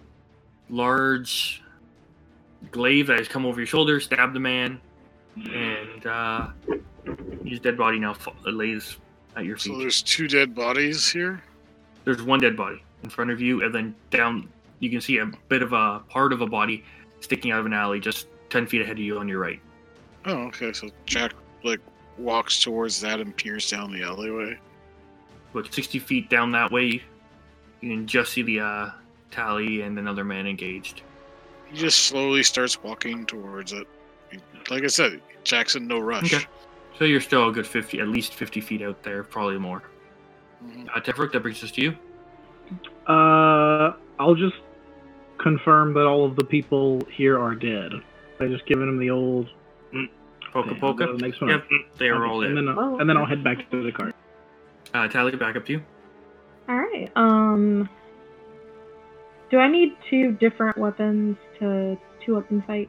large glaive that has come over your shoulder, stabbed the man, and uh, his dead body now fa- lays at your
So
feet.
there's two dead bodies here.
There's one dead body in front of you, and then down you can see a bit of a part of a body sticking out of an alley just 10 feet ahead of you on your right.
Oh, okay. So Jack like walks towards that and peers down the alleyway.
But 60 feet down that way, you can just see the uh, tally and another man engaged.
He just slowly starts walking towards it. Like I said, Jackson, no rush.
Okay. So you're still a good 50, at least 50 feet out there, probably more.
Mhm.
Uh, Tevrick, that brings us to you.
Uh, I'll just confirm that all of the people here are dead. By just giving them the old
Polka
Okay, I'll
Polka.
go to the next one.
Yep, they are all
and
in.
then uh, I'll, and then I'll head back to the car.
Uh, Tally, back up to you.
All right. Um, do I need two different weapons to two weapon fight?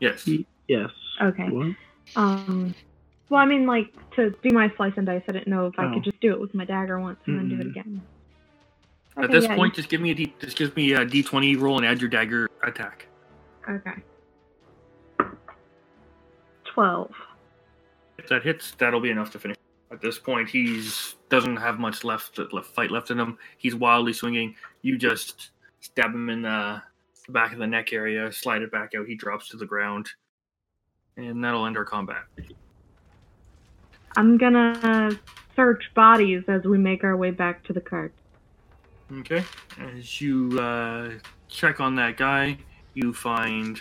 Yes.
Ye- Yes.
Okay.
What?
Um, well, I mean, like to do my slice and dice. I didn't know if I
Oh.
could just do it with my dagger once and then do it
Mm-mm.
again.
At
Okay,
this
yeah,
point, just give me a D. Just give me a D20 roll and add your dagger attack.
you- Okay. Twelve.
If that hits, that'll be enough to finish. At this point, he's doesn't have much left, left fight left in him. He's wildly swinging. You just stab him in the, the back of the neck area, slide it back out. He drops to the ground, and that'll end our combat.
I'm gonna search bodies as we make our way back to the cart.
Okay. As you uh, check on that guy, you find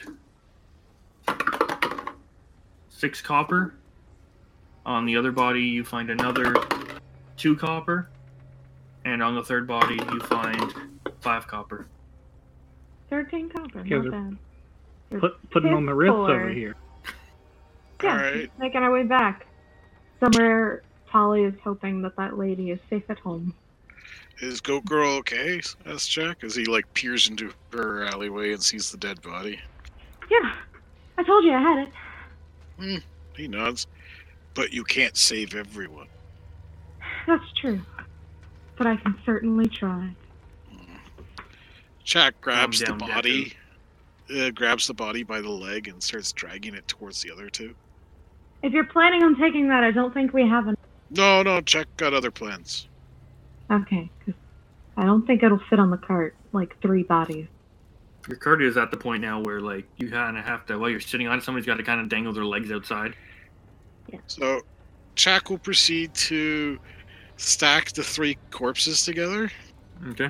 six copper. On the other body, you find another two copper. And on the third body, you find five copper.
Thirteen copper.
Yeah,
Not
they're-
bad.
Put, putting on the wrists over
Four.
here.
Yeah,
Alright.
making our way back. Somewhere, Polly is hoping that that lady is safe at home.
Is Goat Girl okay? asks Jack as he like peers into her alleyway and sees the dead body.
Yeah, I told you I had it.
He nods. But you can't save everyone.
That's true. But I can certainly try.
Jack grabs the
down, Deku.
body, uh, grabs the body by the leg, and starts dragging it towards the other two.
If you're planning on taking that, I don't think we have an.
No, no, Jack got other plans.
Okay, 'cause I don't think it'll fit on the cart like three bodies.
Your cart is at the point now where, like, you kind of have to, while you're sitting on it, somebody's got to kind of dangle their legs outside.
So Jack will proceed to stack the three corpses together,
Okay.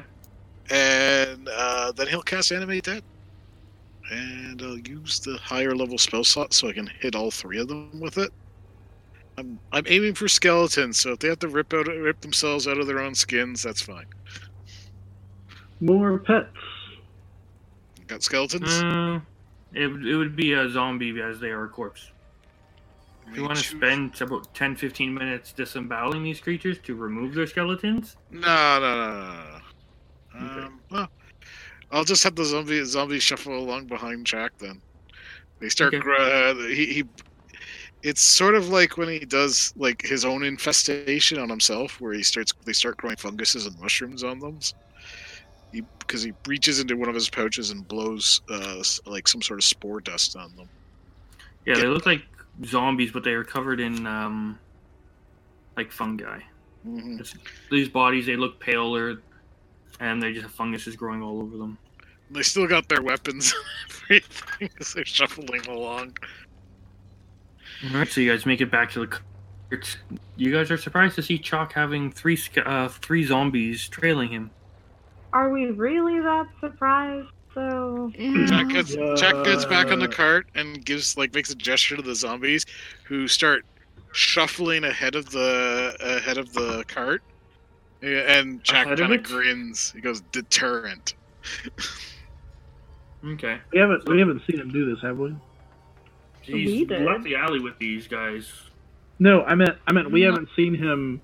and uh, then he'll cast Animate Dead. And I'll use the higher level spell slot so I can hit all three of them with it. I'm, I'm aiming for skeletons, so if they have to rip out rip themselves out of their own skins, that's fine.
More pets.
Got skeletons?
Uh, it, would- it would be a zombie as they are a corpse. If you
Me
want to
too.
spend about 10 15 minutes disemboweling these creatures to remove their skeletons?
No, no, no, no, no, no.
Okay.
Um, well, I'll just have the zombie zombie shuffle along behind Jack. Then they start.
Okay.
Gr- he, he. It's sort of like when he does like his own infestation on himself, where he starts. They start growing funguses and mushrooms on them. He because he reaches into one of his pouches and blows uh, s- like some sort of spore dust on them.
Yeah, they
Yeah.
look like zombies, but they are covered in um, like fungi.
hmm
These bodies, they look paler, and they just have funguses growing all over them.
They still got their weapons, and everything as they're shuffling along.
All right, so you guys make it back to the. cart. You guys are surprised to see Chalk having three sc- uh, three zombies trailing him.
Are we really that surprised? So
Jack gets, Jack gets back on the
Yeah.
cart and gives like makes a gesture to the zombies, who start shuffling ahead of the ahead of the cart. Yeah, And Jack
Ahead of
kind of
it?
grins. He goes deterrent.
Okay,
We haven't we haven't seen him do this, have we?
he's
We did.
left the alley with these guys.
No, I meant I meant we
No.
haven't seen him.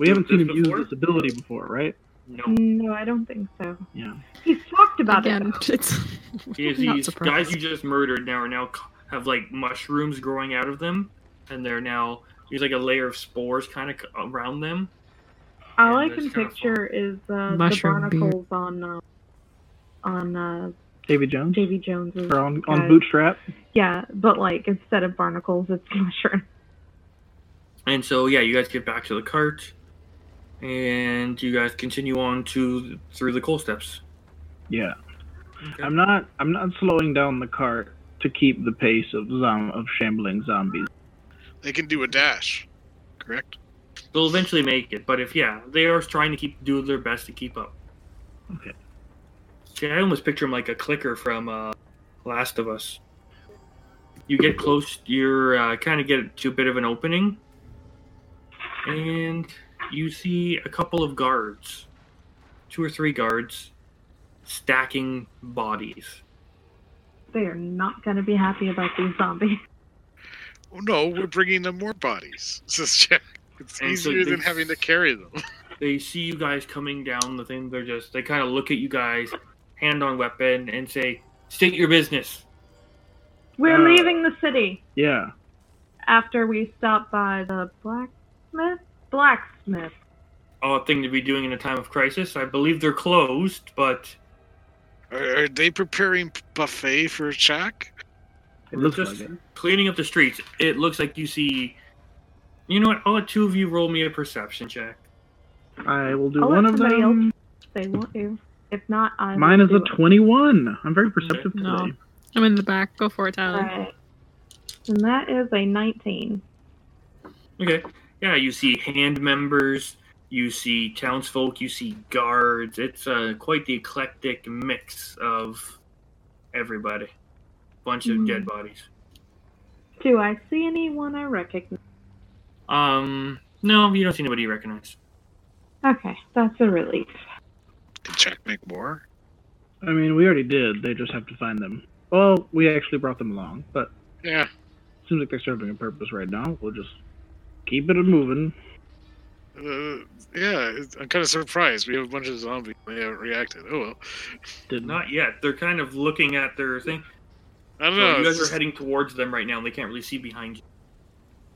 We
Do
haven't seen
this
him
before?
use this ability before, right?
No,
no, I don't think so.
Yeah.
He's talked about
Again,
it. though.
it's
these,
I'm not
these guys
surprised.
you just murdered now are now c- have like mushrooms growing out of them, and they're now there's like a layer of spores kind of around them.
All I
Yeah,
can
that's kinda
picture is uh, the
Mushroom beard.
barnacles on uh, on uh,
Davy Jones
Davy Jones's.
or on on
guys.
Bootstrap.
Yeah, but like instead of barnacles, it's mushroom.
And so, yeah, you guys get back to the cart, and you guys continue on to through the coal steps.
Yeah.
Okay.
I'm not I'm not slowing down the cart to keep the pace of zom of shambling zombies.
They can do a dash, correct?
They'll eventually make it, but if yeah, they are trying to keep do their best to keep up.
Okay.
See, I almost picture him like a clicker from uh, Last of Us. You get close. You're uh, kind of get to a bit of an opening, and you see a couple of guards, two or three guards, stacking bodies.
They are not going to be happy about these zombies.
Oh, no, we're bringing them more bodies, says Jack. It's
And so
easier than
they-
having to carry them.
They see you guys coming down the thing. They're just they kind of look at you guys, hand on weapon, and say, "State your business."
We're
Uh,
leaving the city
Yeah.
after we stop by the blacksmith. Blacksmith.
Odd thing to be doing in a time of crisis. I believe they're closed, but
Are, are they preparing buffet for Jack?
It looks
just
like it.
cleaning up the streets. It looks like you see. You know what? I'll let two of you roll me a perception check.
I will do
I'll let
one of
somebody else-
them.
If They want you. If not, I. will
Mine is
do
a
it.
21. I'm very perceptive
No.
today.
I'm in the back. Go for it, Tyler.
Alright. And that is a 19.
Okay. Yeah, you see hand members, you see townsfolk, you see guards. It's uh, quite the eclectic mix of everybody. Bunch of
Hmm.
dead bodies.
Do I see anyone I recognize?
Um, no, you don't see anybody you recognize.
Okay, that's a relief.
Did Jack make more?
I mean, we already did. They just have to find them. Well, we actually brought them along, but
Yeah.
seems like they're serving a purpose right now. We'll just keep it moving.
Uh, yeah, it's- I'm kind of surprised. We have a bunch of zombies. and They haven't reacted. Oh well.
Did not.
Not yet. They're kind of looking at their thing.
I don't
So
know.
you
it's
guys are
just-
heading towards them right now, and they can't really see behind you.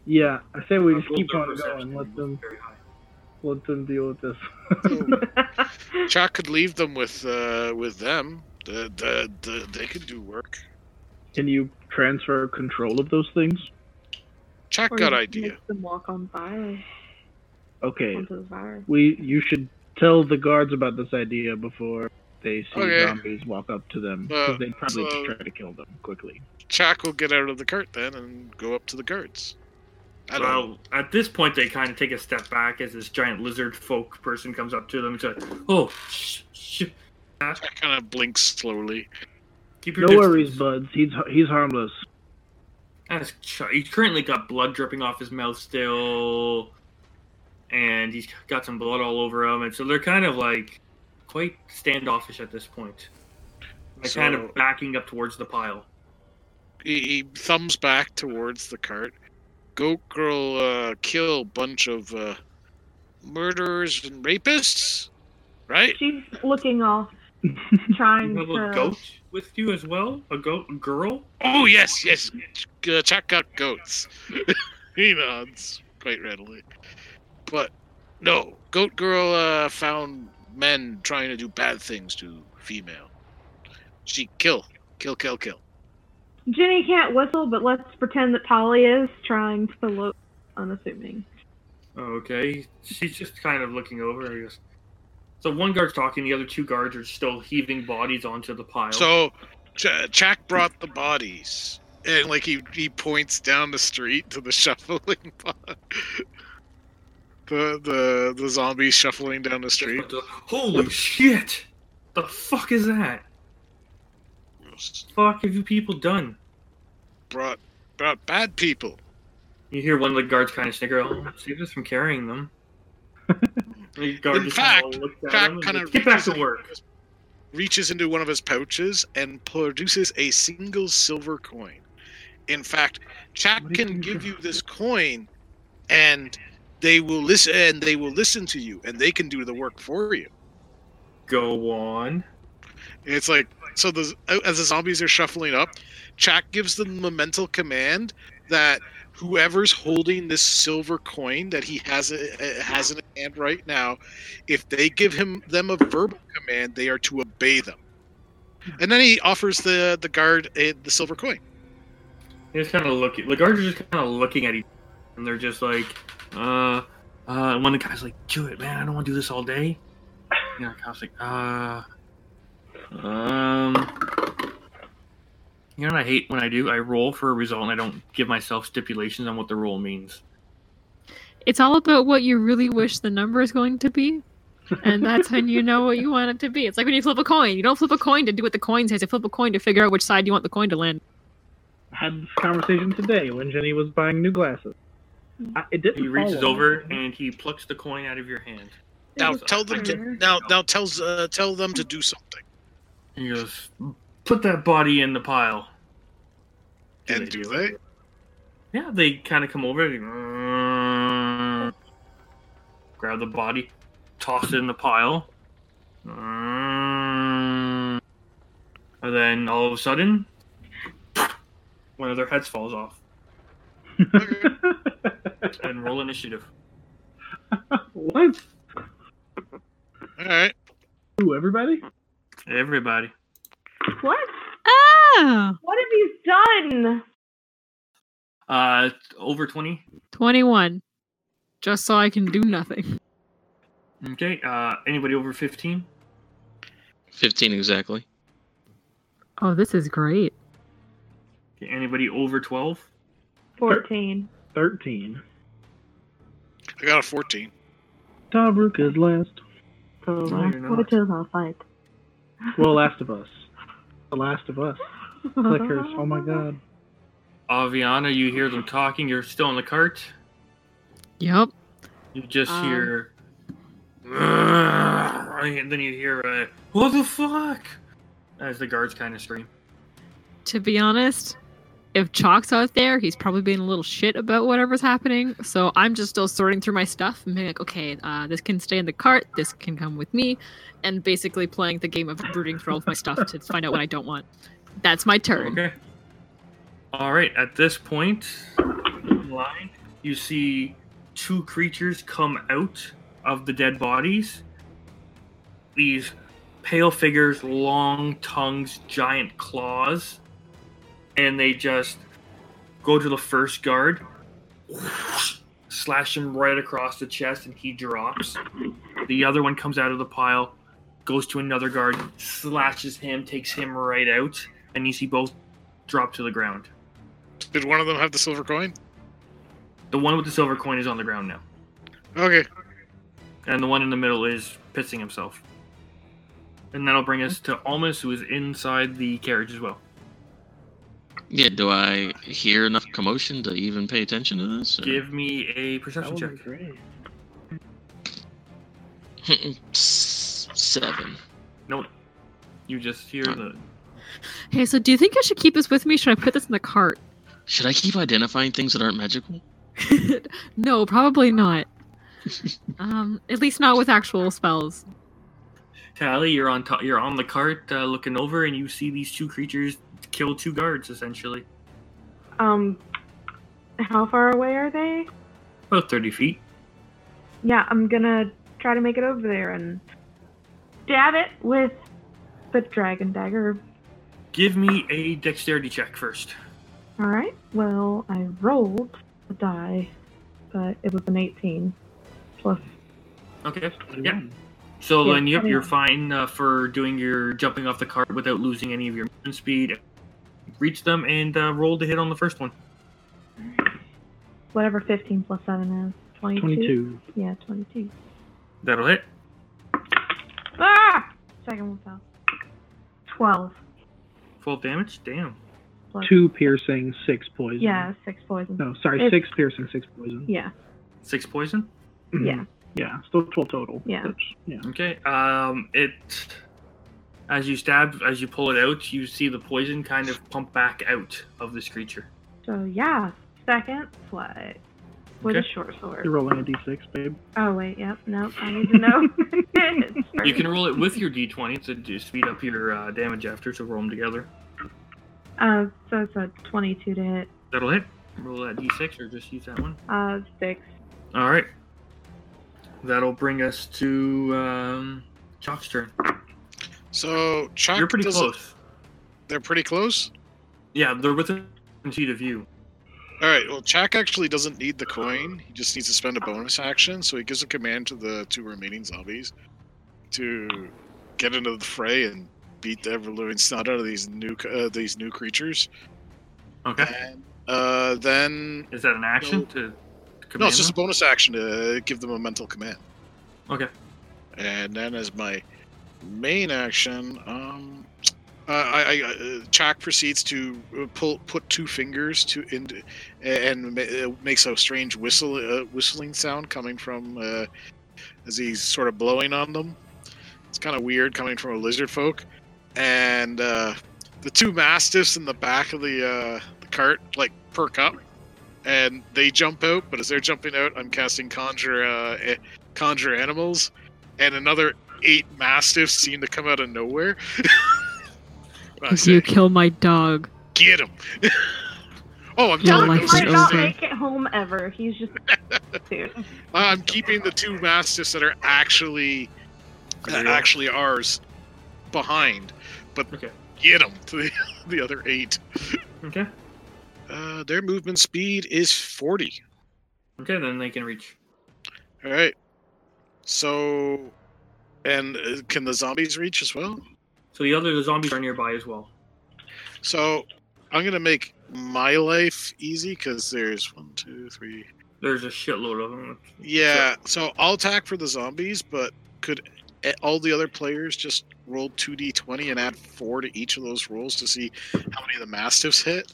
Yeah, I say we just
Roll
keep
their
on going.
perception.
Let them
Very high.
let them deal with this.
Jack could leave them with uh, with them. The, the, the, they could do work.
Can you transfer control of those things?
Jack
Or
got
you
idea.
Make them walk on by
Okay,
onto the fire.
we you should tell the guards about this idea before they see
Okay.
zombies walk up to them.
Uh,
'cause they'd probably
so-
just try to kill them quickly.
Jack will get out of the cart then and go up to the guards. I don't know.
Well, at this point, they kind of take a step back as this giant lizard folk person comes up to them and says, "Oh, sh- sh- ah,
Jack kind of blinks slowly.
keep your
No worries,
distance."
buds. He's he's harmless.
That's ch- he's currently got blood dripping off his mouth still, and he's got some blood all over him, and so they're kind of like quite standoffish at this point. They're
So-
kind of backing up towards the pile.
he, he thumbs back towards the cart. Goat girl uh, kill bunch of uh, murderers and rapists, right?
She's looking off, trying
You have a
to.
goat with you as well, a goat a girl.
Oh yes, yes. Uh, Jack got goats. he nods quite readily. But no, goat girl uh, found men trying to do bad things to female. She kill, kill, kill, kill.
Ginny can't whistle, but let's pretend that Polly is trying to look unassuming.
Oh, Okay, she's just kind of looking over. I guess. So one guard's talking, the other two guards are still heaving bodies onto the pile.
So, Ch- Jack brought the bodies, and like he he points down the street to the shuffling, bo- the the the zombies shuffling down the street.
holy shit! The fuck is that? Fuck have you people done?
Brought brought bad people.
You hear one of the guards kind of snicker. Oh, save us from carrying them. the guard
In
just
fact,
kinda looks at
Jack
him and
kind
goes,
of
get back to work.
Reaches into one of his pouches and produces a single silver coin. In fact, Jack
What are you doing?
can give you this coin, and they will listen. And they will listen to you, and they can do the work for you.
Go on.
It's like so. The as the zombies are shuffling up, Chak gives them the mental command that whoever's holding this silver coin that he has uh, has in hand right now, if they give him them a verbal command, they are to obey them. And then he offers the the guard uh, the silver coin.
They're just kind of looking. The guards are just kind of looking at each other, and they're just like, uh, uh. And one of the guys like, do it, man. I don't want to do this all day. And the cop's like, uh, um. You know what I hate when I do? I roll for a result and I don't give myself stipulations on what the roll means.
It's all about what you really wish the number is going to be. And that's when you know what you want it to be. It's like when you flip a coin. You don't flip a coin to do what the coin says. You flip a coin to figure out which side you want the coin to land.
had this conversation today when Jenny was buying new glasses. I, it didn't.
He reaches
follow.
over and he plucks the coin out of your hand.
Now tell them to now now tells uh, tell them to do something
He goes, "Put that body in the pile." Do
and
they
do
do
they?
Yeah, they kind of come over, they, "Mm." grab the body, toss it in the pile. "Mm." And then all of a sudden, one of their heads falls off. And roll initiative.
what?
All right.
Who? Everybody?
Everybody.
What?
Ah!
What have you done?
Uh, over 20.
21. Just so I can do nothing.
Okay. Uh, anybody over 15?
15 exactly.
Oh, this is great.
Okay, anybody over 12?
14.
Thirteen.
I got a fourteen.
Tobruk is last.
No, you're not.
Well, Last of Us. The Last of Us. Clickers. Oh
Uh-huh.
my god.
Aviana, you hear them talking. You're still in the cart.
Yep.
You just
Um.
hear. And then you hear a. What the fuck? As the guards kind of scream.
To be honest, if Chalk's out there, he's probably being a little shit about whatever's happening. So I'm just still sorting through my stuff and being like, okay, uh, this can stay in the cart, this can come with me, and basically playing the game of rooting through all of my stuff to find out what I don't want. That's my turn.
Okay. All right. At this point, in line, you see two creatures come out of the dead bodies. These pale figures, long tongues, giant claws, and they just go to the first guard, slash him right across the chest, and he drops. The other one comes out of the pile, goes to another guard, slashes him, takes him right out, and you see both drop to the ground.
Did one of them have the silver coin?
The one with the silver coin is on the ground now,
Okay.
and the one in the middle is pissing himself. And that'll bring us to Almas, who is inside the carriage as well.
Yeah, do I hear enough commotion to even pay attention to this? or-
Give me a perception
That
check.
would be great.
S- Seven.
Nope. You just hear the.
Hey, so do you think I should keep this with me? Should I put this in the cart?
Should I keep identifying things that aren't magical?
no, probably not. um, at least not with actual spells.
Tally, you're on top. You're on the cart, uh, looking over, and you see these two creatures kill two guards essentially,
Um, how far away are they?
about thirty feet.
Yeah, I'm gonna try to make it over there and stab it with the dragon dagger.
Give me a dexterity check first.
All right. Well, I rolled a die, but it was an 18 plus.
Okay. Yeah. So
Yeah,
then, yep, you're
21.
fine uh, for doing your jumping off the cart without losing any of your movement speed. Reach them and uh, roll to hit on the first one.
Whatever 15 plus 7 is. 22?
Twenty-two.
Yeah, 22.
That'll hit.
Ah! Second one fell. 12.
Full damage. Damn.
Plus,
Two piercing, six poison.
Yeah, 6 poison.
No, sorry,
It's-
six piercing, six poison.
Yeah.
Six poison.
Mhm.
Yeah.
Yeah. Still twelve total.
Yeah.
That's- yeah.
Okay. Um, it. As you stab, as you pull it out, you see the poison kind of pump back out of this creature.
So, yeah. Second swipe with
Okay.
a short sword.
You're rolling a d6, babe.
Oh, wait. Yep. Nope. I need to know. It's
You can
first.
roll it with your d20 to just speed up your uh, damage after, so roll them together.
Uh, so it's a 22 to hit.
That'll hit. Roll that d6 or just use that one.
Uh, 6.
All right. That'll bring us to um, Chalk's turn.
So Chalk
You're pretty
doesn't-
close.
They're pretty close.
Yeah, they're within feet of you.
All right. Well, Chalk actually doesn't need the coin. He just needs to spend a bonus action, so he gives a command to the two remaining zombies to get into the fray and beat the ever living snot out of these new c- uh, these new creatures.
Okay.
And uh, then
Is that an action to command
no, it's just a
them?
bonus action to give them a mental command.
Okay.
And then as my main action, um, Uh, I, I uh, Chak proceeds to uh, pull put two fingers to in, and ma- uh, makes a strange whistle uh, whistling sound coming from uh, as he's sort of blowing on them. It's kind of weird coming from a lizard folk, and uh, the two mastiffs in the back of the, uh, the cart like perk up, and they jump out. But as they're jumping out, I'm casting conjure uh, eh, conjure animals, and another eight mastiffs seem to come out of nowhere. I
Did you
say,
kill my dog?
get him. oh, I'm
Doug
Your
telling
life
you,
is
might not
over.
make it home ever. He's just dude.
I'm keeping the two mastiffs that are actually that actually ours behind, but
Okay.
get them to the, the other eight.
Okay.
Uh, their movement speed is 40.
Okay, then they can reach.
All right. So, and uh, can the zombies reach as well?
So the other the zombies are nearby as well.
So, I'm gonna make my life easy because there's one, two, three.
There's a shitload of them.
Yeah. So I'll attack for the zombies, but could e- all the other players just roll two d20 and add four to each of those rolls to see how many of the mastiffs hit?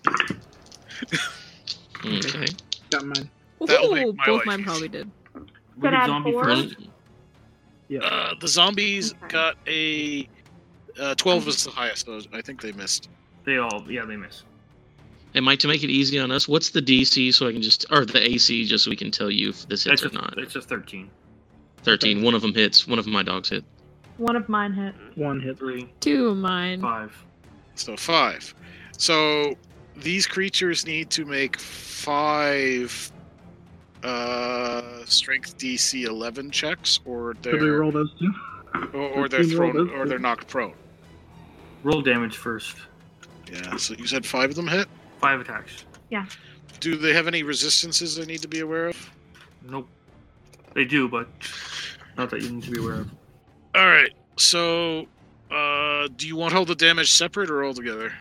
Okay.
Got mine.
That'll make
Ooh,
my
both
life
mine
easy.
probably did.
We
Could
did
add
zombie
four?
first.
Run-
Uh, the zombies
Okay.
got a uh, 12 was the highest, so I think they missed.
They all yeah they miss.
And Mike, to make it easy on us, what's the DC so I can just, or the AC, just so we can tell you if this hits
That's
or
a,
not?
that's a thirteen.
13. One of them hits. One of my dogs hit.
One of mine hit.
One hit.
Three,
Two of mine.
five.
So five. So these creatures need to make five uh, strength DC 11 checks, or
Could we
they're
roll those two?
or, or they're
Can we roll
thrown
those
or they're knocked prone.
Roll damage first.
Yeah. So you said five of them hit.
Five attacks.
Do they have any resistances they need to be aware of?
Nope. They do, but not that you need to be aware of.
All right. So uh, do you want all the damage separate or all together?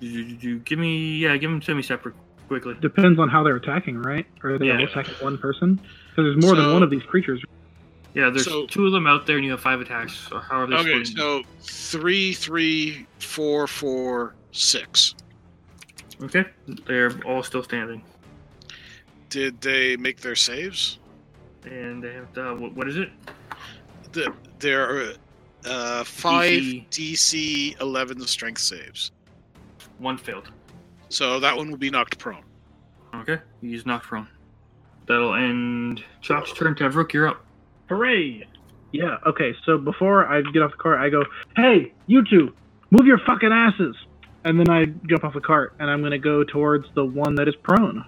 Do, do, do, do. Give me yeah, give them to me separate quickly.
Depends on how they're attacking, right? Or are they all
Yeah.
attacking one person? Because there's more
So-
than one of these creatures.
Yeah, there's
So-
two of them out there, and you have five attacks. So how are they?
Okay.
splitting?
So three, three, four, four, six.
Okay, they're all still standing,
Did they make their saves?
and they have to, what, what is it?
the, there are uh, five DC 11 strength saves.
One failed.
So that one will be knocked prone.
Okay, he's knocked prone. That'll end Chop's turn. Tavrook, you're up.
Hooray! Yeah, okay, so before I get off the cart, I go, hey, you two, move your fucking asses! And then I jump off the cart, and I'm gonna go towards the one that is prone.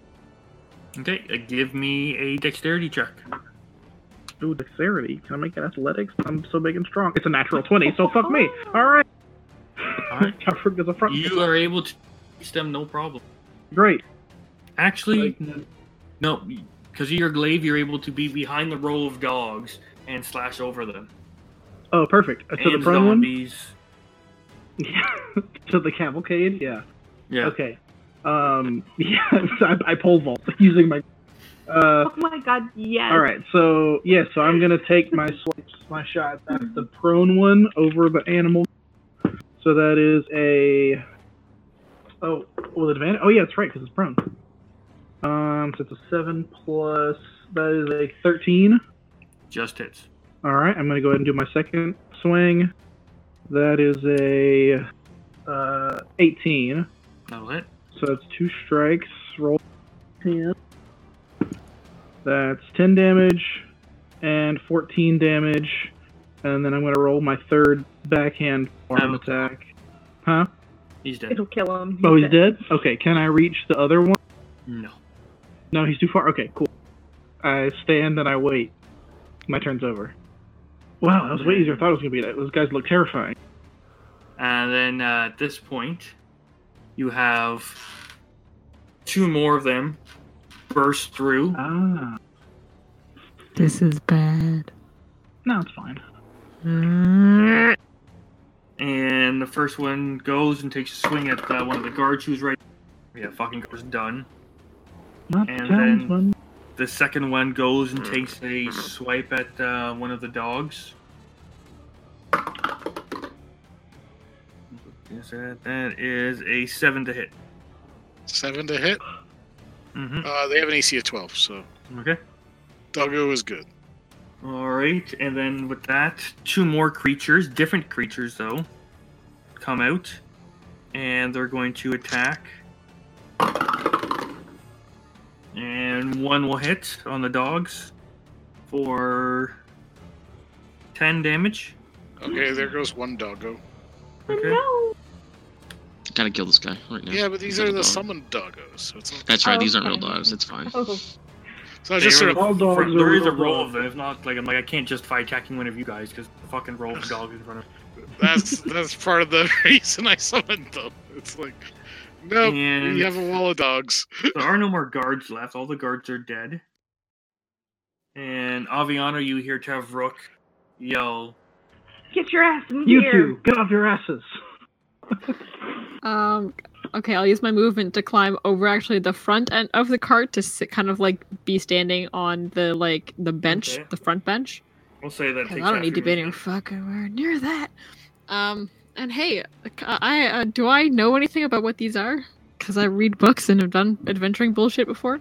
Okay, uh, give me a dexterity check.
Ooh, dexterity. Can I make it athletics? I'm so big and strong. It's a natural 20, so fuck me. Alright.
Alright.
Alfred is a front.
You are able to reach them no problem.
Great.
Actually, no, because of your glaive, you're able to be behind the row of dogs and slash over them.
Oh, perfect. Uh, To
and
the prone one?
zombies.
Yeah. to the cavalcade? Yeah.
Yeah.
Okay. Um, yeah, so I, I pole vault using my. Uh,
Oh my god, yes.
all right, so yeah, so I'm gonna take my swipes, my shots at the prone one over the animal. So that is a. Oh, well, advantage. Oh yeah, that's right, because it's prone. Um, so it's a seven plus. That is a thirteen.
Just hits.
All right, I'm gonna go ahead and do my second swing. That is a uh, eighteen.
That'll hit.
So that's two strikes. Roll. Ten. That's 10 damage and 14 damage. And then I'm going to roll my third backhand arm
Oh.
attack. Huh?
He's dead.
It'll kill him.
Oh, he's dead? Okay, can I reach the other one?
No.
No, he's too far. Okay, cool. I stand and I wait. My turn's over. Wow, that was way easier. than I thought it was going to be. Those guys look terrifying.
And then uh, at this point, you have two more of them burst through.
Ah.
This is bad.
No, it's fine.
And the first one goes and takes a swing at uh, one of the guards who's right. Yeah, fucking guard's done.
Not
And
Jones,
then-
one.
The second one goes and takes a swipe at uh, one of the dogs. Yes, that- that is a seven to hit.
Seven to hit.
Mm-hmm.
Uh, they have an AC of 12, so
Okay.
Doggo is good.
All right, and then with that, two more creatures, different creatures though, come out, and they're going to attack. And one will hit on the dogs for 10 damage.
Okay, there goes one Doggo.
Okay.
No.
Gotta kill this guy right now.
Yeah, but these
Kill
are the
dog.
summoned Doggos, so it's
That's right.
Oh,
These aren't real
okay.
dogs. It's fine.
Oh,
So I just
They
sort
were
of
All dogs
Fr-
are
there is a
real
roll of
dogs.
them. If not, like I'm like I can't justify attacking one of you guys because fucking roll of dogs in front of.
that's that's part of the reason I summoned them. It's like, nope,
And
Oh, you have a wall of dogs.
there are no more guards left. All the guards are dead. And Aviano, you hear Tavrook yell,
Get your ass in
You
here.
two, get off your asses.
Um. Okay, I'll use my movement to climb over actually the front end of the cart to sit, kind of like be standing on the like the bench,
Okay.
the front bench.
"We'll say that."
'Cause
takes
I
half
don't need to
your
be anywhere
movement.
fucking where near that. Um. And hey, I uh, do I know anything about what these are? Because I read books and have done adventuring bullshit before.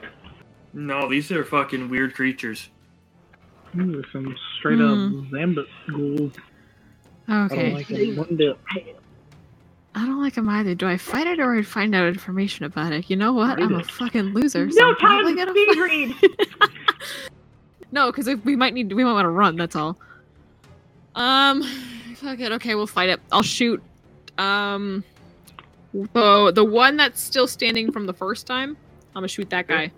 No, these are fucking weird creatures.
Ooh, there's some straight
Hmm.
up Zambit ghouls. I
Okay.
don't like them one bit.
I don't like him either. Do I fight it or I find out information about it? You know what?
Fight
I'm a
it.
fucking loser. so
No
I'm
time
probably
to
gonna
speed
fight-
read.
No, because we might need we might want to run. That's all. Um, fuck it. Okay, we'll fight it. I'll shoot. Um, the the one that's still standing from the first time. I'm gonna shoot that guy.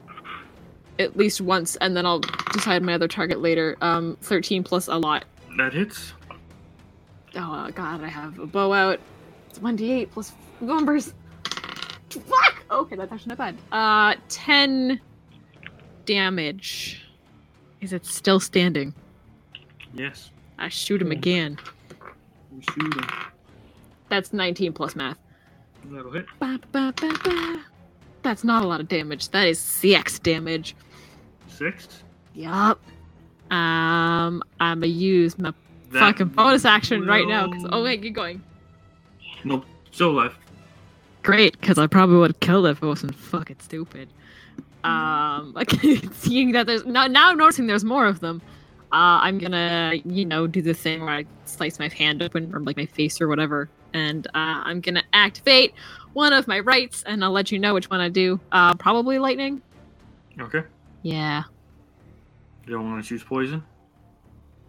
At least once, and then I'll decide my other target later. Um, 13 plus a lot.
That hits.
Oh god, I have a bow out. It's 1d8 plus numbers. Fuck! Okay, that's actually not bad. Uh, 10 damage. Is it still standing?
Yes.
I shoot him
Hmm.
again.
You shoot 'em.
That's 19 plus math.
That'll hit.
Ba, ba, ba, ba. That's not a lot of damage. That is CX damage.
Six.
Yup. Um, I'ma use my
That
fucking bonus action right now. 'cause-
will-
oh wait, get going.
Nope. Still left.
Great, because I probably would have killed it if it wasn't fucking stupid. Um, okay, seeing that there's now, now I'm noticing there's more of them. Uh, I'm gonna, you know, do the thing where I slice my hand open from like my face or whatever, and uh, I'm gonna activate one of my rights, and I'll let you know which one I do. Uh, probably lightning.
Okay.
Yeah,
You don't want to choose poison.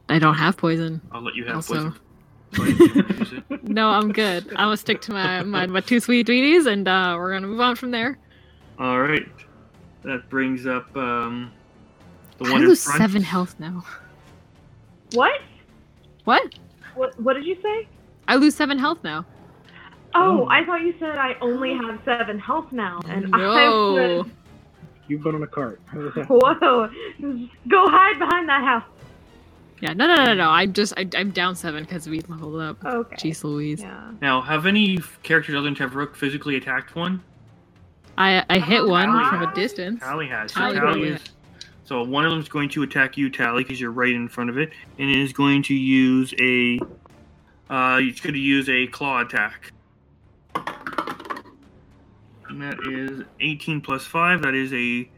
I don't have poison.
I'll let you have
Also-
poison. But you can use it.
No, I'm good. I'm gonna stick to my my, my two sweet sweeties, and uh, we're gonna move on from there.
All right. That brings up um, the
I
one in
lose
front.
seven health now.
What?
What?
What? What did you say?
I lose seven health now.
Oh.
Oh, I thought you said I only have seven health now, and I
no.
was
You've been on a cart. What the heck?
whoa, go hide behind that house.
Yeah, no, no, no, no, no. I'm just, I, I'm down seven because we leveled up.
Okay.
Jeez Louise.
Yeah.
Now, have any f- characters other than Tevrook physically attacked one?
I, I
Oh,
hit one
Tally.
from a distance.
Tally has.
Tally
Tally
did.
is. So one of them's going to attack you, Tally, because you're right in front of it, and it is going to use a. Uh, it's going to use a claw attack. And that is 18 plus 5. That is a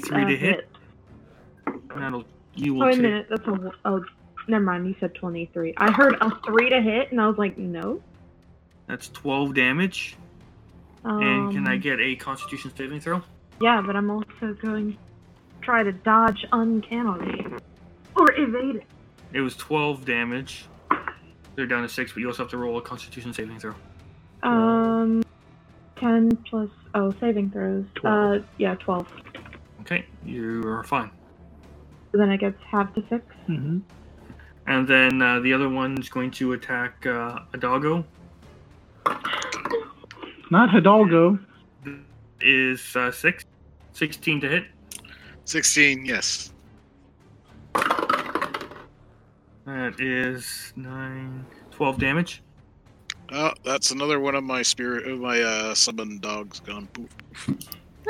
3
Uh,
to hit. That'll, you will
Oh, wait
take.
a minute. That's a. w- Oh, never mind. You said 23. I heard a 3 to hit, and I was like, no.
That's 12 damage.
Um,
and can I get a Constitution saving throw?
Yeah, but I'm also going to try to dodge uncannily. Or evade it.
It was 12 damage. They're down to 6, but you also have to roll a Constitution saving throw.
Um, 10 plus. Oh, saving throws.
Twelve.
Uh, yeah, 12.
Okay, you are fine.
Then I guess half to 6.
Mhm.
And then uh, the other one's going to attack uh, a doggo.
Not Hidalgo.
Is uh, six, 16 to hit.
16, yes.
That is 9, 12 damage.
Oh, that's another one of my spirit, of my uh, summoned dogs gone poof.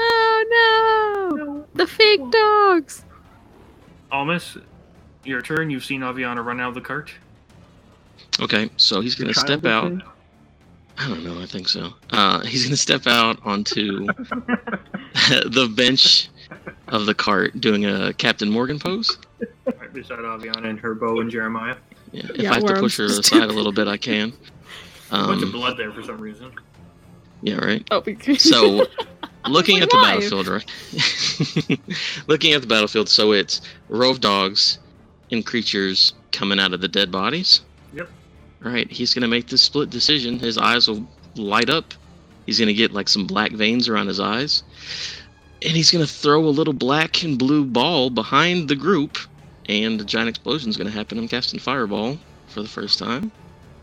Oh no!
No.
The fake dogs!
Almas, your turn. You've seen Aviana run out of the cart.
Okay, so he's
Your
gonna
child
step
is
out.
there.
I don't know. I think so. Uh, he's gonna step out onto the bench of the cart, doing a Captain Morgan pose.
Right beside Aviana and her bow and Jeremiah.
Yeah, if
Yeah,
I have to
where I'm
push her to the
stupid.
side a little bit, I can.
A bunch of
Um,
blood there for some reason.
yeah, right.
Oh,
So, looking
Like,
at the
why?
battlefield, right? looking at the battlefield, so it's row of dogs and creatures coming out of the dead bodies.
Yep.
All right, he's gonna make this split decision. His eyes will light up. He's gonna get like some black veins around his eyes, and he's gonna throw a little black and blue ball behind the group, and a giant explosion's gonna happen. I'm casting fireball for the first time.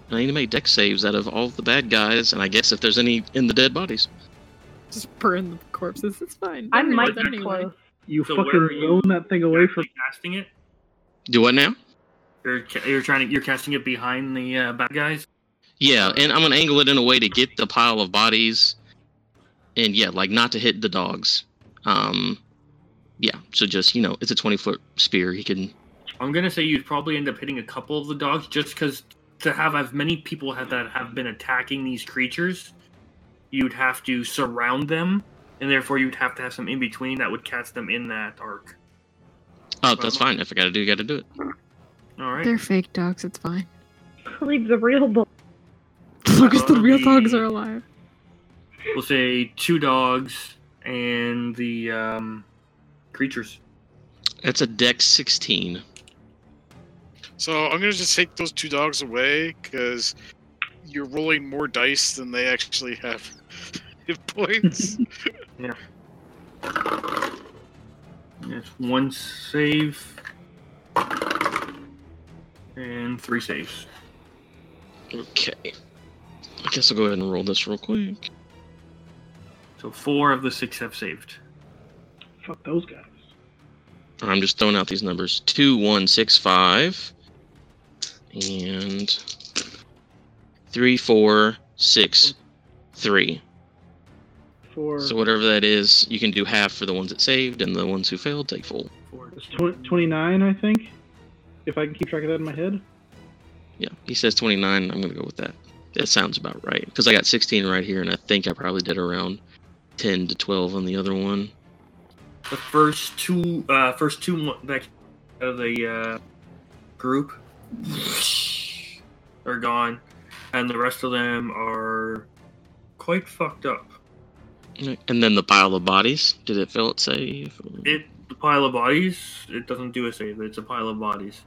And I need to make deck saves out of all of the bad guys, and I guess if there's any in the dead bodies.
just burn the corpses. It's fine.
I
Don't worry
might
about
be
it anyway.
close.
You
So where are
fucking
you?
zone that thing away from.
Actually casting it.
Do what now?
You're, ca- you're trying to. You're casting it behind the uh, bad guys.
Yeah, and I'm gonna angle it in a way to get the pile of bodies, and yeah, like not to hit the dogs. Um, yeah, so just you know, it's a 20 foot spear. He can.
I'm gonna say you'd probably end up hitting a couple of the dogs just because to have as many people have that have been attacking these creatures, you'd have to surround them, and therefore you'd have to have some in between that would catch them in that arc.
Oh, that's fine. If I gotta do, gotta do it.
All right.
They're fake dogs. It's fine.
Leave the real bull.
As long as the
That'll
real
be-
dogs are alive.
We'll say two dogs and the um, creatures.
That's a deck 16.
So I'm gonna just take those two dogs away because you're rolling more dice than they actually have hit points.
It's one save and three saves.
Okay. I guess I'll go ahead and roll this real quick.
So four of the six have saved.
Fuck those guys.
I'm just throwing out these numbers: two, one, six, five, and three, four, six, three.
For
So whatever that is, you can do half for the ones that saved, and the ones who failed take full.
Four.
it's tw- 29, I think. If I can keep track of that in my head.
Yeah, he says 29. I'm gonna go with that. That sounds about right because I got 16 right here, and I think I probably did around 10 to 12 on the other one.
The first two, uh, first two mo- that of the uh, group are gone, and the rest of them are quite fucked up.
And then the pile of bodies. Did it fail at save?
It the pile of bodies. It doesn't do a save. It's a pile of bodies.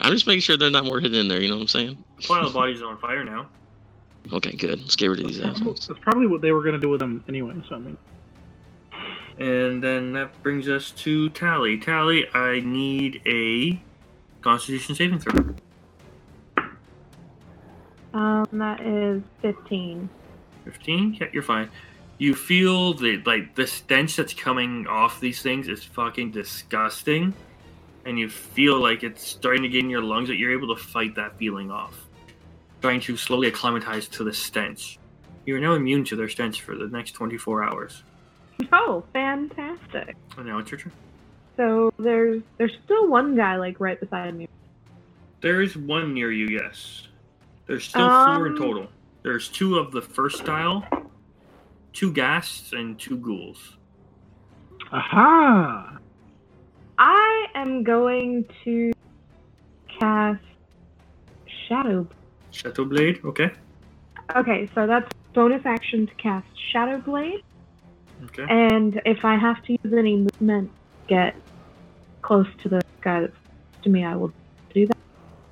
I'm just making sure they're not more hidden in there. You know what I'm saying?
The pile of bodies is on fire now.
Okay, good. Let's get rid of these assholes.
That's probably what they were gonna do with them anyway. So I mean,
And then that brings us to Tally. Tally, I need a Constitution saving throw.
Um, that is 15.
15? Yeah, you're fine. You feel the like the stench that's coming off these things is fucking disgusting. And you feel like it's starting to get in your lungs that you're able to fight that feeling off. Trying to slowly acclimatize to the stench. You are now immune to their stench for the next 24 hours.
Oh, fantastic.
And now it's your turn.
So there's there's still one guy like right beside me.
There is one near you, yes. There's still four in
Um,
total. There's two of the first style, two ghasts, and two ghouls.
aha!
I am going to cast Shadow.
Chateau Blade, okay.
Okay, so that's bonus action to cast Shadow Blade,
Okay.
and if I have to use any movement, to get close to the guy that's next to me, I will.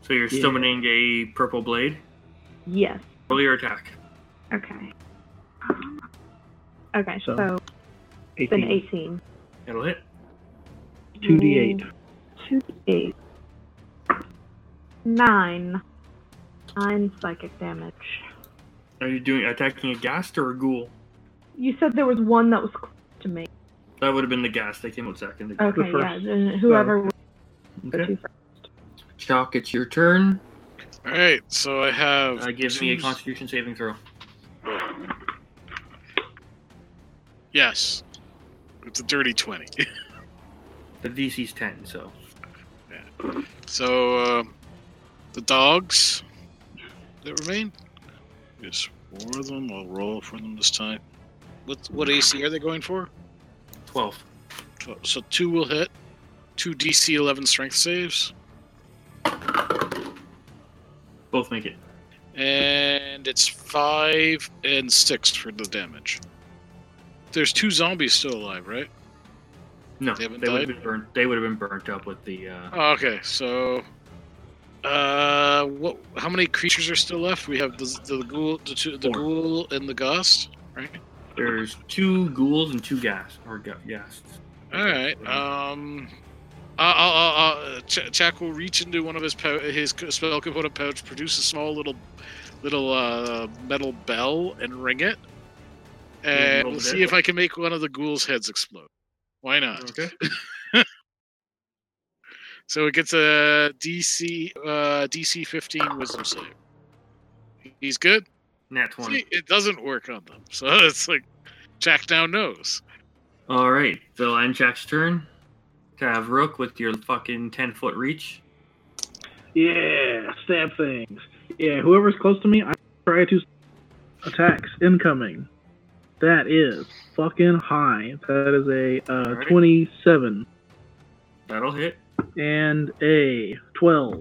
So you're
Yeah.
summoning a purple blade.
Yes.
Roll your attack.
Okay. Um, Okay,
So,
so, it's an 18.
It'll hit.
Two D eight.
2d8. 9. 9 psychic damage.
Are you doing attacking a ghast or a ghoul?
You said there was one that was close to me.
That would have been the ghast. They came out second. The
Okay,
first.
yeah, then whoever was
ghast.
the
Okay.
two first.
Chalk, it's your turn.
All right, so I have.
Uh, give me a
two-
Constitution saving throw.
Yes, it's a dirty 20.
The DC's ten, so
uh, So um, the dogs that remain is four of them. I'll roll for them this time. What what AC are they going for?
12.
Tw- So two will hit. Two DC 11 strength saves,
Both make it.
and it's five and six for the damage. There's two zombies still alive, right?
No,
They
they,
haven't
would have
died?
been burnt. They would have been burnt up with the. Uh,
Oh, okay, so uh, what? How many creatures are still left? We have the the ghoul, the, two, the
Four.
ghoul, and the ghost, right?
there's two ghouls and two gas or ga- ghasts.
All right. Um, I'll, I'll, I'll, uh, Ch- Chak will reach into one of his po- his co- spell component pouch, produce a small little little uh, metal bell, and ring it,
Yeah,
and
roll
we'll
the
see
dead.
if I can make one of the ghouls' heads explode. Why not?
Okay.
So it gets a DC uh, DC 15 Wisdom save. He's good.
Nat 20.
See, it doesn't work on them, so it's like Jack now knows.
All right, so line Jack's turn. Have Rook with your fucking ten foot reach.
Yeah, stab things. Yeah, whoever's close to me, I try to attacks incoming. That is fucking high. That is a uh,
Alright.
27
That'll hit.
and a 12.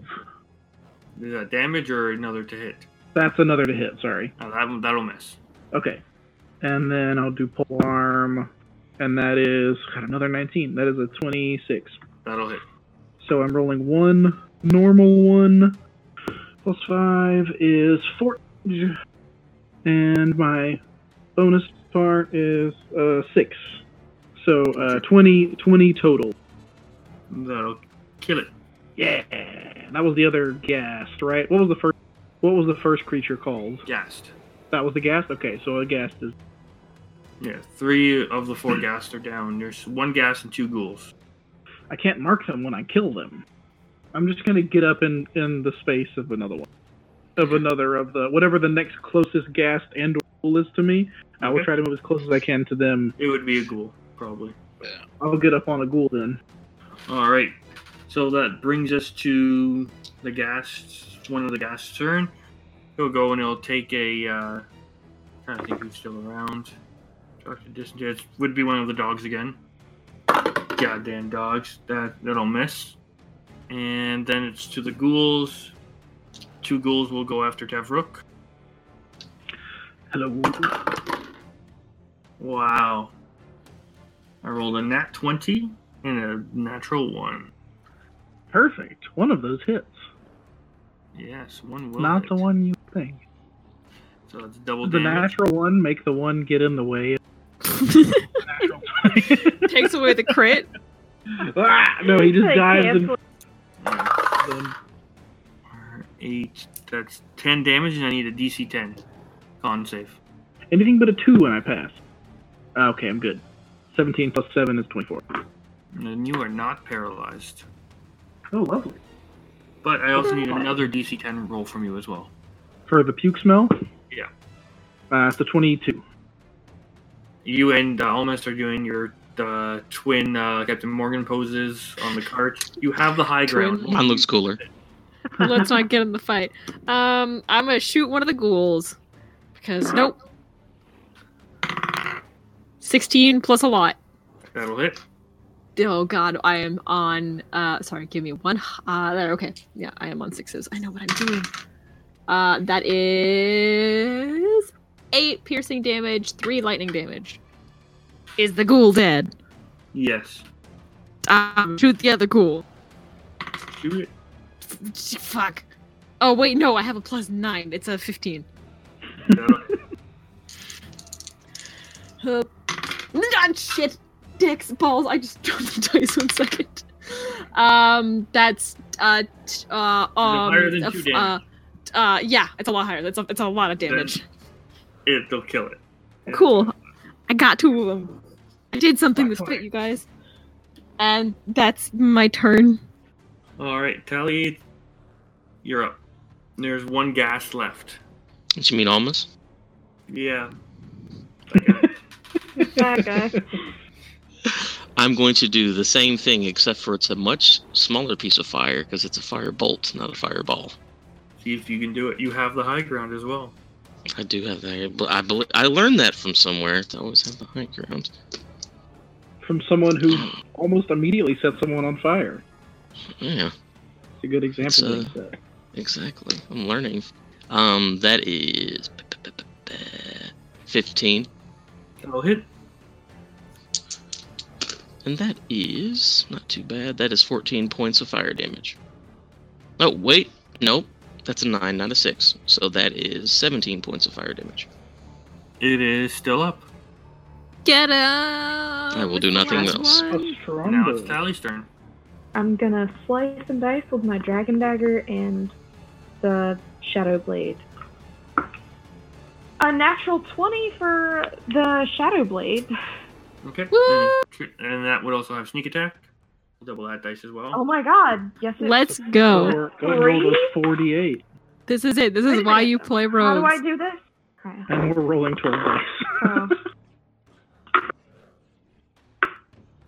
Is that damage or another to hit?
That's another to hit. Sorry.
Oh, that'll, that'll miss.
Okay, and then I'll do pole arm, and that is God, another 19. That is a 26.
That'll hit.
So I'm rolling one normal one. Plus five is four, and my bonus part is uh, six. So uh, 20, 20 total.
That'll kill it.
Yeah, that was the other ghast, right? What was the first? What was the first creature called?
Gast.
That was the ghast. Okay, so a ghast is
Yeah, three of the four ghasts are down. There's one ghast and two ghouls.
I can't mark them when I kill them. I'm just gonna get up in in the space of another one, of another of the whatever the next closest ghast and ghoul is to me. I will
Okay.
try to move as close as I can to them.
It would be a ghoul, probably.
I'll get up on a ghoul then.
All right, so that brings us to the ghast's one of the ghast's turn. He'll go and he'll take a. Uh, trying to think who's still around. Doctor Disengage would be one of the dogs again. Goddamn dogs. That that'll miss. And then it's to the ghouls. Two ghouls will go after Tavrook.
Hello.
Wow. I rolled a nat 20 and a natural one.
Perfect. One of those hits.
Yes, one will.
Not
hit.
the one you think.
So it's double
Did the
damage.
natural one make the one get in the way? Natural
Takes away the crit.
ah, no, he just
They
dives and
cancel-
then
Eight. That's 10 damage, and I need a DC 10 con save.
anything but a two when I pass. Ah, Okay, I'm good. 17 plus 7 is 24.
And then you are not paralyzed.
Oh, lovely.
But I also need another DC 10 roll from you as well.
For the puke smell?
Yeah.
Uh, it's a 22.
You and uh, Almost are doing your uh, twin uh, Captain Morgan poses on the cart. You have the high
Twin-
ground.
Mine looks cooler.
Let's not get in the fight. Um, I'm gonna shoot one of the ghouls because nope. Sixteen plus a lot.
That'll hit.
Oh god, I am on uh sorry, give me one h- uh there, okay. Yeah, I am on sixes. I know what I'm doing. Uh that is eight piercing damage, three lightning damage. Is the ghoul dead?
Yes.
Um shoot the other ghoul.
Do it.
Fuck. Oh wait, no, I have a plus nine. It's a fifteen.
That'll hit.
Hup. Ah, shit. Dicks, balls. I just dropped the dice one second. Um, that's uh, t- uh, um,
higher than
uh,
two
f-
damage?
Uh, uh, yeah, it's a lot higher. That's a, it's a lot of damage.
It'll kill it.
Cool. I got two of them. I did something this bit, you guys. And that's my turn.
All right, Tally, you're up. There's one gas left.
Did you mean almost?
Yeah.
That guy.
I'm going to do the same thing, except for it's a much smaller piece of fire because it's a fire bolt, not a fireball.
See if you can do it. You have the high ground as well.
I do have that. But I believe I learned that from somewhere. To always have the high ground.
from someone who almost immediately set someone on fire.
Yeah,
It's a good example.
It's,
of that.
exactly. I'm learning. Um, that is fifteen,
That'll hit.
and that is not too bad. That is fourteen points of fire damage. Oh wait, nope. That's a nine, not a six. So that is seventeen points of fire damage.
It is still up.
Get up.
I will
with
do
the
nothing
last
else.
one.
That's strong.
Now it's
though.
Tally's turn.
I'm gonna slice and dice with my dragon dagger and the shadow blade. A natural 20 for the shadow blade.
Okay.
Woo!
And, and that would also have sneak attack. Double that dice as well.
Oh my god. Yes, it
Let's
Oh.
go.
Or go and roll those 48.
This is it. This is why you play
How do
rogues.
I do this? Okay.
And we're rolling 12 dice.
So.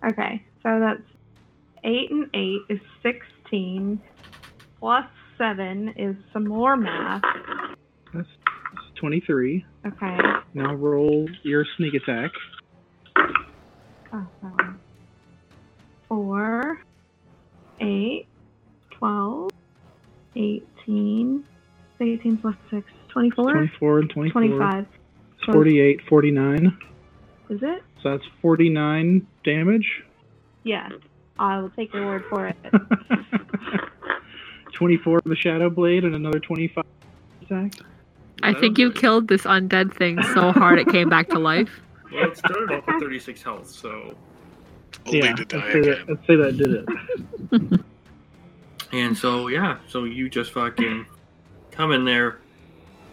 okay, so that's 8 and 8 is 16, plus 7 is some more math.
That's, that's 23.
Okay.
Now roll your sneak attack.
Oh, that one. 4, 8, 12, 18, 18 plus 6, 24,
24 and 24.
25.
It's 48, 49.
Is it?
So that's 49 damage.
Yes. I will take your word for it.
24 for the Shadow Blade and another 25 attack.
I think you killed this undead thing so hard it came back to life.
Well, it started off with 36 health, so.
Only
yeah,
to
let's
die
say, that,
again.
let's say that did it.
And so, yeah, so you just fucking come in there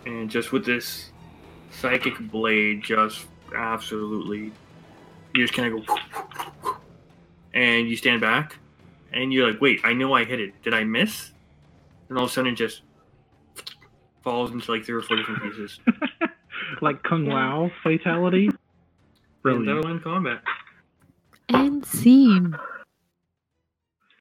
and just with this psychic blade, just absolutely. You just kind of go. And you stand back and you're like, wait, I know I hit it. Did I miss? And all of a sudden it just falls into like three or four different pieces.
like Kung Lao fatality.
And
Brilliant.
that'll end combat.
And scene.